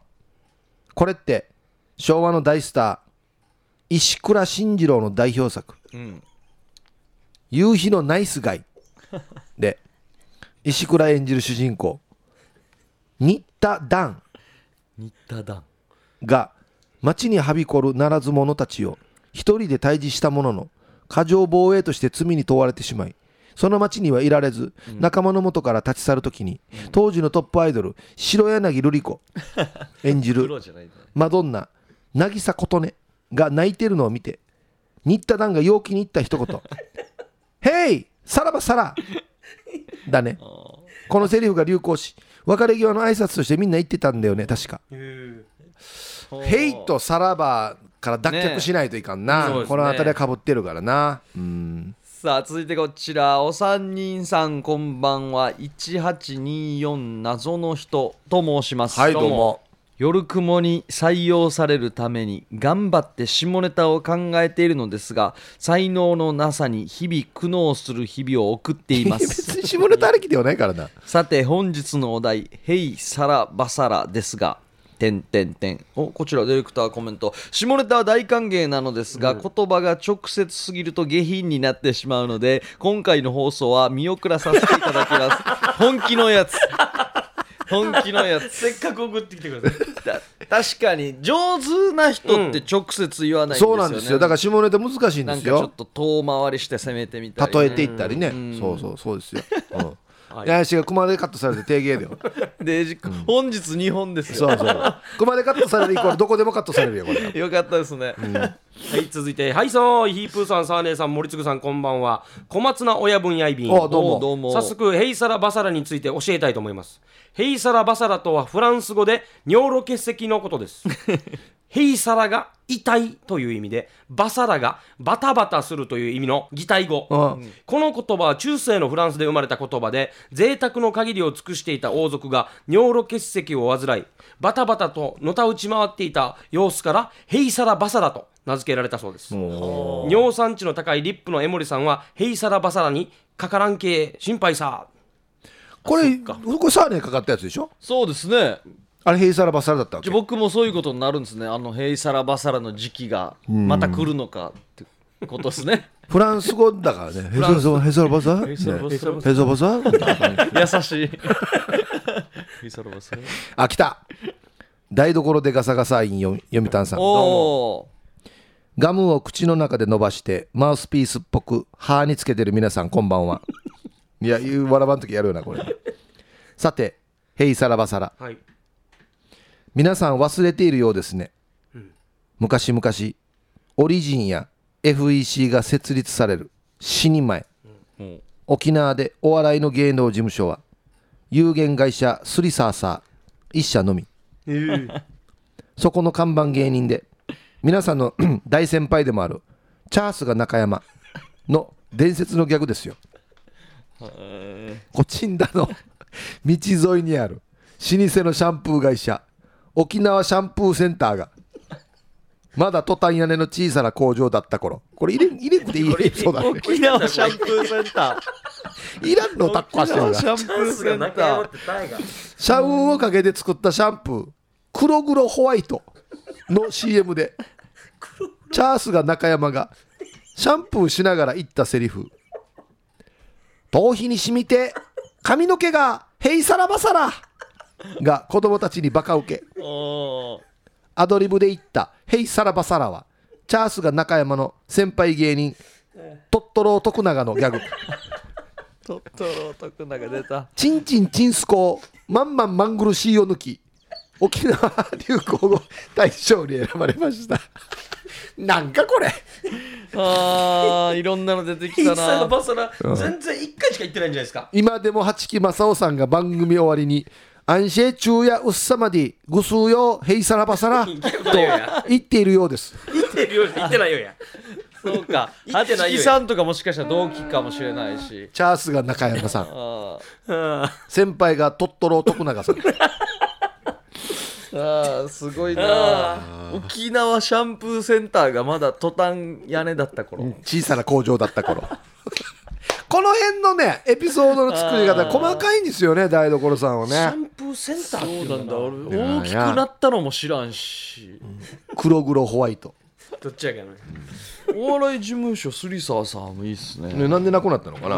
[SPEAKER 3] これって昭和の大スター石倉慎二郎の代表作「夕日のナイスガイ」で石倉演じる主人公新田段
[SPEAKER 1] 新田だ
[SPEAKER 3] が町にはびこるならず者たちを一人で退治したものの過剰防衛として罪に問われてしまいその町にはいられず仲間の元から立ち去るときに当時のトップアイドル白柳瑠璃子演じる
[SPEAKER 1] 黒じゃないんだね
[SPEAKER 3] マドンナ渚琴音が泣いてるのを見て新田団が陽気に言った一 言「ヘイさらばさら」だねこのセリフが流行し別れ際の挨拶としてみんな言ってたんだよね確か「ヘイ」と「さらば」から脱却しないといかんな、
[SPEAKER 2] ねそうですね
[SPEAKER 3] この辺りはかぶってるからなうん
[SPEAKER 1] さあ続いてこちらお三人さんこんばんは1824謎の人と申します
[SPEAKER 3] はいどうも
[SPEAKER 1] 夜雲に採用されるために頑張って下ネタを考えているのですが才能のなさに日々苦悩する日々を送っていま
[SPEAKER 3] 別
[SPEAKER 1] す
[SPEAKER 3] に下ネタありきではないからな
[SPEAKER 1] さて本日のお題「ヘイサラバサラ」ですが「てんてんてん」おこちらディレクターコメント下ネタは大歓迎なのですが、言葉が直接すぎると下品になってしまうので今回の放送は見送らさせていただきます 本気のやつ本気のやつ
[SPEAKER 2] せっかく送ってきてください
[SPEAKER 1] だ確かに上手な人って直接言わないんですよね、
[SPEAKER 3] そうなんですよだから下ネタ難しいんで
[SPEAKER 1] なん
[SPEAKER 3] す
[SPEAKER 1] かちょ
[SPEAKER 3] よ
[SPEAKER 1] っと遠回りして攻めてみたり、
[SPEAKER 3] 例えていったりねそうそうそうです よ、うん
[SPEAKER 2] はい
[SPEAKER 3] 林が熊でカットされて定芸だ よ
[SPEAKER 1] でじ本日日本ですよ
[SPEAKER 3] そうそう。熊でカットされるイコールどこでもカットされるよこれ。
[SPEAKER 1] よかったですね、
[SPEAKER 2] はい続いてはいそうヒープーさんサーネーさん森次さんこんばんは小松菜親分やいびん
[SPEAKER 3] あどうも
[SPEAKER 1] おどうも
[SPEAKER 2] 早速ヘイサラバサラについて教えたいと思いますヘイサラバサラとはフランス語で尿路結石のことですヘイサラが痛いという意味でバサラがバタバタするという意味の擬態語
[SPEAKER 3] うん
[SPEAKER 2] この言葉は中世のフランスで生まれた言葉で贅沢の限りを尽くしていた王族が尿路結石を患いバタバタとのたうち回っていた様子からヘイサラバサラと名付けられたそうです尿酸値の高いリップの江守さんはヘイサラバサラにかからんけ心配さ
[SPEAKER 3] これこれサーネかかったやつでしょ。
[SPEAKER 1] そうですね
[SPEAKER 3] あれヘイサラバサラだったわ
[SPEAKER 1] じ
[SPEAKER 3] け
[SPEAKER 1] ゃあ僕もそういうことになるんですねあのヘイサラバサラの時期がまた来るのかってことです ね
[SPEAKER 3] フランス語だからねヘイサラバサラヘイサラバサラねヘイサラバサラ
[SPEAKER 1] 優しいヘイサラバサラ
[SPEAKER 3] あ来た台所でガサガサインよ読谷さん
[SPEAKER 1] お
[SPEAKER 3] ガムを口の中で伸ばしてマウスピースっぽく歯につけてる皆さんこんばんはいや言うわらばん時やるよなこれさてヘイサラバサラ
[SPEAKER 2] はい
[SPEAKER 3] 皆さん忘れているようですね、昔々オリジンや FEC が設立される死に前、
[SPEAKER 1] ん
[SPEAKER 3] 沖縄でお笑いの芸能事務所は有限会社スリサーサー一社のみそこの看板芸人で皆さんの 大先輩でもあるチャースが中山の伝説のギャグですよコチンダの道沿いにある老舗のシャンプー会社沖縄シャンプーセンターがまだトタン屋根の小さな工場だった頃これ入れ入れんくていいそうだね
[SPEAKER 1] 沖縄シャンプーセンタ
[SPEAKER 3] いらんのタッパしてる
[SPEAKER 1] ー
[SPEAKER 3] が
[SPEAKER 1] シャンプーセンタ ー
[SPEAKER 3] 社運をかけて作ったシャンプー黒黒ホワイトの CM でチャースが中山がシャンプーしながら言ったセリフ頭皮に染みて髪の毛がヘイサラバサラが子供たちにバカウケ
[SPEAKER 1] おー
[SPEAKER 3] アドリブで言った「ヘイサラバサラ」はチャースが中山の先輩芸人トットロー徳永のギャグ
[SPEAKER 1] トットロ徳永出た
[SPEAKER 3] チンチンチンスコーマンマンマングルシーを抜き沖縄流行語大賞に選ばれましたなんかこれ
[SPEAKER 1] あーいろんなの出てき
[SPEAKER 2] イ
[SPEAKER 1] た
[SPEAKER 2] ンスタの
[SPEAKER 1] な
[SPEAKER 2] バサラ全然一回しか行ってないんじゃないですか
[SPEAKER 3] 今でも八木正雄さんが番組終わりに「アンシェチューやウッサマディグスーよヘイサラバサラ」と
[SPEAKER 2] 行ったことないよや
[SPEAKER 3] 言っているようです
[SPEAKER 2] 行ってるよ行ってないよや
[SPEAKER 1] そうか
[SPEAKER 2] 行ってない
[SPEAKER 1] 八木
[SPEAKER 2] よ
[SPEAKER 1] さんとかもしかしたら同期かもしれないし
[SPEAKER 3] チャースが中山さん
[SPEAKER 1] あー
[SPEAKER 3] 先輩がトットロー徳永さん
[SPEAKER 1] あーすごいな沖縄シャンプーセンターがまだトタン屋根だった頃、
[SPEAKER 3] 小さな工場だった頃この辺のねエピソードの作り方細かいんですよね台所さんは
[SPEAKER 2] シャ
[SPEAKER 3] ね
[SPEAKER 2] ンプーセン
[SPEAKER 1] そ
[SPEAKER 2] ター
[SPEAKER 1] う
[SPEAKER 2] ってい
[SPEAKER 1] なんだ
[SPEAKER 2] う
[SPEAKER 1] 俺大きくなったのも知らんし
[SPEAKER 3] 黒黒ホワイト、
[SPEAKER 2] どっちやけどね
[SPEAKER 1] お笑い事務所スリサーさんもいいっすね
[SPEAKER 3] ねなんでなくなったのかな、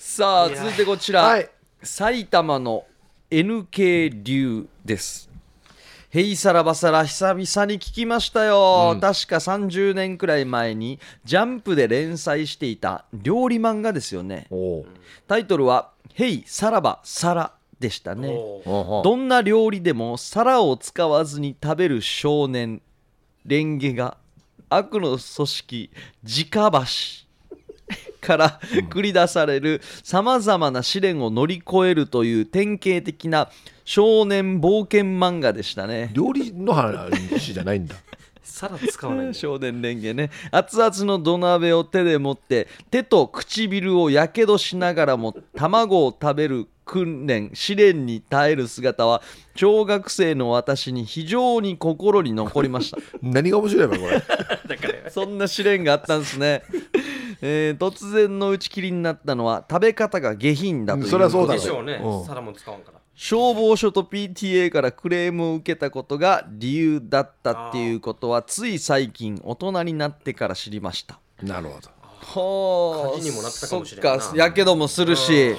[SPEAKER 1] さあ続いてこちら、
[SPEAKER 3] はい
[SPEAKER 1] 埼玉の NK 流ですヘイサラバサラ久々に聞きましたよ、確か30年くらい前にジャンプで連載していた料理漫画ですよねタイトルは「ヘイサラバサラ」でしたね
[SPEAKER 2] おー
[SPEAKER 1] どんな料理でも皿を使わずに食べる少年レンゲが悪の組織直橋から繰り出されるさまざまな試練を乗り越えるという典型的な少年冒険漫画でしたね。
[SPEAKER 3] 料理の話じゃないんだ
[SPEAKER 2] サラ使わないん だよ
[SPEAKER 1] 少年連携ね熱々の土鍋を手で持って手と唇をやけどしながらも卵を食べる訓練試練に耐える姿は小学生の私に非常に心に残りました
[SPEAKER 3] 何が面白いのこれ
[SPEAKER 1] そんな試練があったんですね。えー突然の打ち切りになったのは食べ方が下品だという
[SPEAKER 3] そりゃそうだ
[SPEAKER 2] で
[SPEAKER 3] ろ
[SPEAKER 2] しょうね
[SPEAKER 3] うん
[SPEAKER 2] サラも使わんから
[SPEAKER 1] 消防署と PTA からクレームを受けたことが理由だったっていうことはつい最近大人になってから知りました
[SPEAKER 3] なるほど
[SPEAKER 1] はあ
[SPEAKER 2] 火事にもなったかもしれんな
[SPEAKER 1] そっかやけどもするし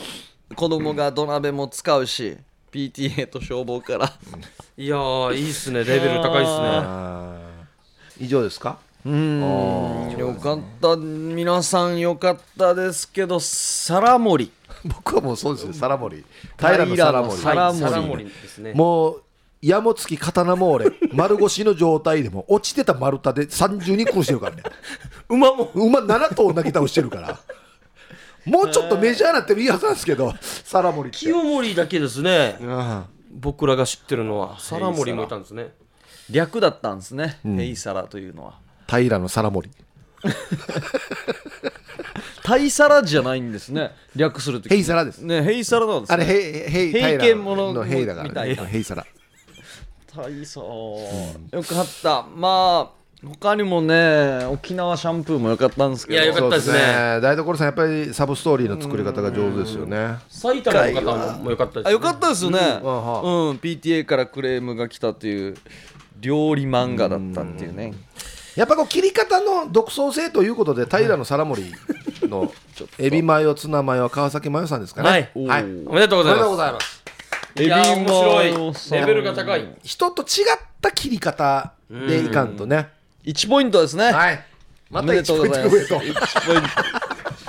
[SPEAKER 1] 子供が土鍋も使うし PTA と消防から
[SPEAKER 2] いやーいいっすねレベル高いっすね
[SPEAKER 3] 以上ですか
[SPEAKER 1] うんよかった皆さんよかったですけど皿盛り
[SPEAKER 3] 僕はもうそうですよ皿盛り平の皿盛り
[SPEAKER 1] 平野の
[SPEAKER 2] サ
[SPEAKER 1] 皿
[SPEAKER 2] ラ
[SPEAKER 1] 盛
[SPEAKER 2] モリ
[SPEAKER 1] り
[SPEAKER 2] ですね
[SPEAKER 3] もう矢もつき刀も俺 丸腰の状態でも落ちてた丸太で32個してるからね
[SPEAKER 2] 馬も
[SPEAKER 3] 馬7頭投げ倒してるからもうちょっとメジャーになってもいいはずなんですけど皿盛りって
[SPEAKER 2] 清盛だけですね
[SPEAKER 3] あ
[SPEAKER 2] 僕らが知ってるのはサラモリもいたんですね
[SPEAKER 1] 略だったんですね、ヘイサラというのは
[SPEAKER 3] あ平の皿盛り
[SPEAKER 1] 大皿じゃないんですね略するとき
[SPEAKER 3] ヘイ皿です
[SPEAKER 1] ねヘイサラなんです
[SPEAKER 3] あ
[SPEAKER 1] ね
[SPEAKER 3] れへいへい
[SPEAKER 1] 平家物
[SPEAKER 3] のへいだから
[SPEAKER 1] みた
[SPEAKER 3] ね
[SPEAKER 1] いな
[SPEAKER 3] へい皿
[SPEAKER 1] 大層よかったまあ他にもね沖縄シャンプーも良かったんですけど
[SPEAKER 2] いや良かったですね
[SPEAKER 3] そう台所さんやっぱりサブストーリーの作り方が上手ですよね
[SPEAKER 2] 埼玉の方もも良かったです、
[SPEAKER 1] あ
[SPEAKER 2] ね、
[SPEAKER 1] よかったですよね、うん
[SPEAKER 3] あは
[SPEAKER 1] うん PTA からクレームが来たっていう料理漫画だったっていうね
[SPEAKER 3] やっぱこう切り方の独創性ということで平の皿盛りのエビマヨツナマヨは川崎マヨさんですかね
[SPEAKER 2] はい
[SPEAKER 3] はい、
[SPEAKER 2] おめでとうご
[SPEAKER 3] お
[SPEAKER 2] ざい
[SPEAKER 3] めでとうご
[SPEAKER 2] ま
[SPEAKER 3] ざいます
[SPEAKER 2] すいやー面白いレベルが高い
[SPEAKER 3] 人と違った切り方でいかんとね
[SPEAKER 1] 1ポイントですね、
[SPEAKER 3] はいま
[SPEAKER 1] お
[SPEAKER 3] た
[SPEAKER 1] めで
[SPEAKER 3] 一
[SPEAKER 1] とう
[SPEAKER 3] ポ
[SPEAKER 1] ご
[SPEAKER 3] イ
[SPEAKER 1] ざい
[SPEAKER 3] ント
[SPEAKER 1] ます
[SPEAKER 3] 上
[SPEAKER 1] 1
[SPEAKER 3] と
[SPEAKER 1] ポイント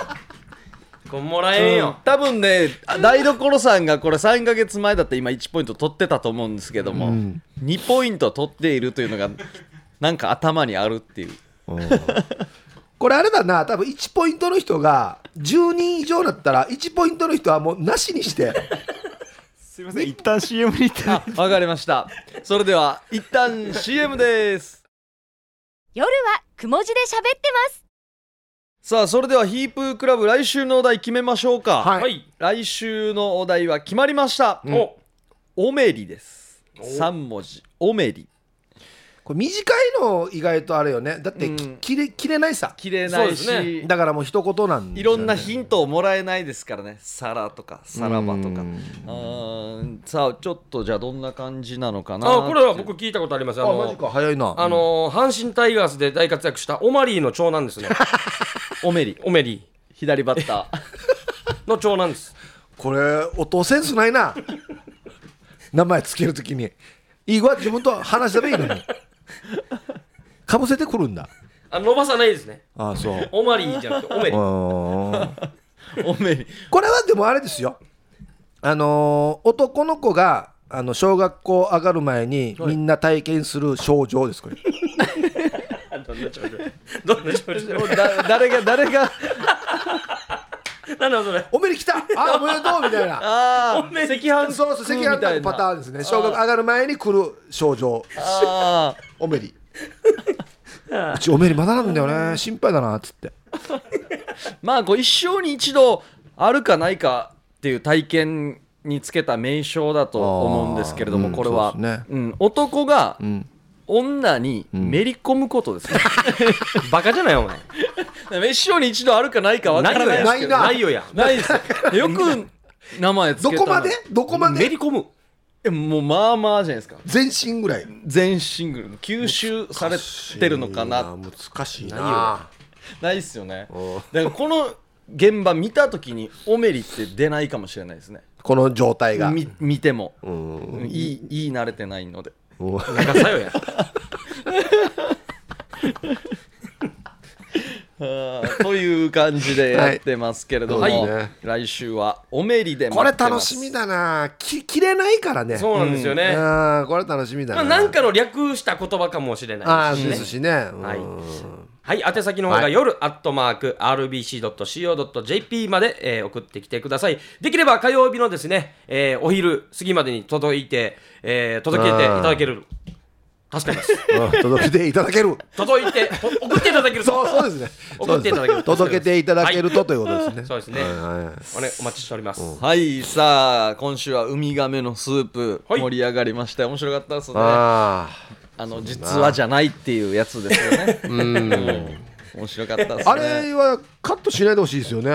[SPEAKER 2] これもらえん
[SPEAKER 1] うん
[SPEAKER 2] よ、
[SPEAKER 1] 多分ね台所さんがこれ3ヶ月前だって今1ポイント取ってたと思うんですけども、2ポイント取っているというのがなんか頭にあるっていう
[SPEAKER 3] これあれだな多分1ポイントの人が10人以上だったら1ポイントの人はもうなしにして
[SPEAKER 4] すいません一旦 CM に行って
[SPEAKER 1] あわかりましたそれでは一旦 CM です
[SPEAKER 5] 夜はくも字で喋ってます。
[SPEAKER 1] さあそれではヒープークラブ来週のお題決めましょうか、
[SPEAKER 3] はい
[SPEAKER 2] はい、
[SPEAKER 1] 来週のお題は決まりました、
[SPEAKER 2] お
[SPEAKER 1] オメリです3文字オメリ
[SPEAKER 3] これ短いの意外とあれよねだってき
[SPEAKER 1] うん
[SPEAKER 3] 切れ切れないさ
[SPEAKER 1] 切れないし、
[SPEAKER 2] そうで
[SPEAKER 3] だからもう一言なん
[SPEAKER 1] いろんな
[SPEAKER 3] 日
[SPEAKER 1] ヒントをもらえないですからね皿とかさらばとか
[SPEAKER 3] うん
[SPEAKER 1] あーさあちょっとじゃあどんな感じなのかな
[SPEAKER 2] あこれは僕聞いたことあります
[SPEAKER 3] あ
[SPEAKER 2] あの
[SPEAKER 3] マジか早いな
[SPEAKER 2] あのー阪神タイガースで大活躍したオマリーの長男 ですね
[SPEAKER 1] オメリ
[SPEAKER 2] オメリ
[SPEAKER 1] 左バッター
[SPEAKER 2] ーの長男です
[SPEAKER 3] これ音センスないな名前つけるときにいいわ自分と話せばいいのにかぶせてくるんだ
[SPEAKER 2] あ伸ばさないですね
[SPEAKER 3] ああそう
[SPEAKER 2] オマリーじゃなくてオメリ
[SPEAKER 3] う
[SPEAKER 2] ー
[SPEAKER 3] ーん
[SPEAKER 1] オメリ
[SPEAKER 3] これはでもあれですよあのー男の子があの小学校上がる前にみんな体験する症状ですこれ
[SPEAKER 2] どんな調子でどんな調子で
[SPEAKER 1] だ誰が誰が
[SPEAKER 2] なんだそれ
[SPEAKER 3] おめで来たあおめでとうみたいな
[SPEAKER 1] あ
[SPEAKER 2] メリ
[SPEAKER 1] ー赤飯
[SPEAKER 3] そうそう赤飯のパターンですね小学校上がる前に来る症状
[SPEAKER 1] あ
[SPEAKER 3] おめりうちおめりまだなんだよね心配だなっつって
[SPEAKER 1] ーまあこう一生に一度あるかないかっていう体験につけた名称だと思うんですけれども、
[SPEAKER 3] あーうん
[SPEAKER 1] これは
[SPEAKER 3] そうですね
[SPEAKER 1] ん、男が
[SPEAKER 3] ん
[SPEAKER 1] 女にめり込むことですね、
[SPEAKER 2] バカじゃないお 前
[SPEAKER 1] 一生に一度あるかないかわからないですけど
[SPEAKER 3] な
[SPEAKER 2] ないよや
[SPEAKER 1] ないですよく名前つけた
[SPEAKER 3] ど
[SPEAKER 1] な
[SPEAKER 3] こまでどこまで
[SPEAKER 2] めり込む
[SPEAKER 1] えもうまあまあじゃないですか
[SPEAKER 3] 全身ぐらい
[SPEAKER 1] 全シングルの吸収されてるのかな
[SPEAKER 3] 難しいな
[SPEAKER 1] ないっすよねだからこの現場見た時にオメリって出ないかもしれないですね
[SPEAKER 3] この状態が
[SPEAKER 1] み見ても
[SPEAKER 3] うん
[SPEAKER 1] いいいい慣れてないので
[SPEAKER 2] なんかさよや
[SPEAKER 1] あーという感じでやってますけれども、
[SPEAKER 3] はいそうですね
[SPEAKER 1] 来週はオメリで
[SPEAKER 3] こ
[SPEAKER 1] 待
[SPEAKER 3] れ
[SPEAKER 1] ってます
[SPEAKER 3] 楽しみだなき切れないからね
[SPEAKER 2] そうなんですよね、
[SPEAKER 3] うんこれ楽しみだ
[SPEAKER 2] まあ、
[SPEAKER 3] な
[SPEAKER 2] なんかの略した言葉かもしれな
[SPEAKER 3] あ
[SPEAKER 2] い
[SPEAKER 3] あ
[SPEAKER 2] ですし
[SPEAKER 3] で
[SPEAKER 2] ね
[SPEAKER 3] すしね
[SPEAKER 2] はい
[SPEAKER 3] うん
[SPEAKER 2] はい、宛先の方が
[SPEAKER 3] はい
[SPEAKER 2] 夜、アットマーク RBC.CO.JP まで、えー送ってきてください。できれば火曜日のですね、えーお昼過ぎまでに届いて、えー届けていただける。助かります。
[SPEAKER 3] うん届けていただける
[SPEAKER 2] 届いて、と送っていただけると。
[SPEAKER 3] そうそうですね
[SPEAKER 2] 送っていただけると
[SPEAKER 3] 届けていただけるとということですね
[SPEAKER 2] そうですね。
[SPEAKER 3] はい
[SPEAKER 2] お,、ね、お待ちしております。
[SPEAKER 1] はいさあ今週はウミガメのスープ
[SPEAKER 2] はい
[SPEAKER 1] 盛り上がりまして面白かったですねあ
[SPEAKER 3] あ
[SPEAKER 1] の実はじゃないっていうやつですよねうん 面白かったですね
[SPEAKER 3] ああれはカットしないでほしいですよね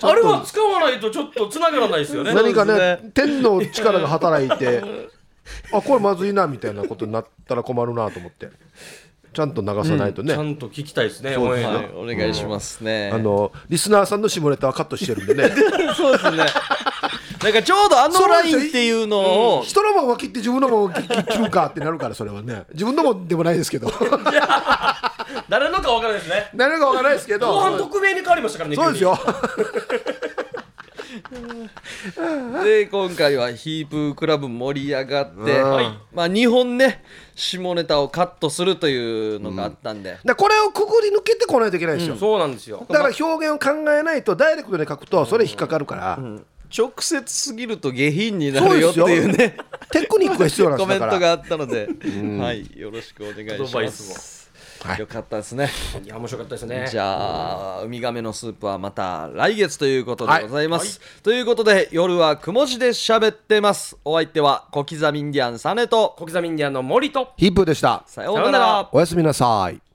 [SPEAKER 2] あれは使わないとちょっと繋がらないですよね。
[SPEAKER 3] 何か
[SPEAKER 1] そうで
[SPEAKER 3] ね天の力が働いて あこれまずいなみたいなことになったら困るなと思ってちゃんと流さないと
[SPEAKER 2] ち
[SPEAKER 3] ね
[SPEAKER 2] ゃんと聞きたいですね、
[SPEAKER 3] そう
[SPEAKER 2] 応
[SPEAKER 3] で
[SPEAKER 2] 援
[SPEAKER 3] すね
[SPEAKER 1] はい、お願いしますね。
[SPEAKER 3] あのリスナーさんの下ネタはカットしてるんでね
[SPEAKER 1] そうですね。なんかちょうどあのラインっていうのを、
[SPEAKER 3] 人のもんは切って自分のもんは切切るかってなるからそれはね自分のもんでもないですけど
[SPEAKER 2] 誰のかわからないですね。
[SPEAKER 3] 誰かわからないですけど
[SPEAKER 2] 後半特命に変わりましたからね、
[SPEAKER 3] そうですよ
[SPEAKER 1] で、今回はヒープークラブ盛り上がって、
[SPEAKER 3] うん
[SPEAKER 1] まあ2本ね、下ネタをカットするというのがあったんで、
[SPEAKER 3] だからこれをくぐり抜けてこないといけないんです
[SPEAKER 2] 急
[SPEAKER 3] よ、
[SPEAKER 2] に。そうなんですよ。
[SPEAKER 3] だから表現を考えないとダイレクトで書くとそれ引っかかるから、
[SPEAKER 1] 直接すぎると下品にな
[SPEAKER 3] そう
[SPEAKER 1] る
[SPEAKER 3] で
[SPEAKER 1] よっ
[SPEAKER 3] す
[SPEAKER 1] て
[SPEAKER 3] よ
[SPEAKER 1] いうね、
[SPEAKER 3] テクニックが必要なん で
[SPEAKER 1] コ
[SPEAKER 3] す
[SPEAKER 1] メン
[SPEAKER 3] だから
[SPEAKER 1] トがあったので、はい、よろしくお願い
[SPEAKER 2] アド
[SPEAKER 1] し
[SPEAKER 2] バイ
[SPEAKER 1] ま
[SPEAKER 2] ス
[SPEAKER 1] す。
[SPEAKER 3] はい
[SPEAKER 1] よかったですね。
[SPEAKER 2] いや面白かったですね
[SPEAKER 1] じゃあ、ウミガメのスープはまた来月ということでございます。ということで、夜はくも字で喋ってます。お相手は小刻みインディアンサネと、
[SPEAKER 2] 小刻みインディアンの森と
[SPEAKER 3] ヒップでした
[SPEAKER 1] さようなら。
[SPEAKER 3] おやすみなさい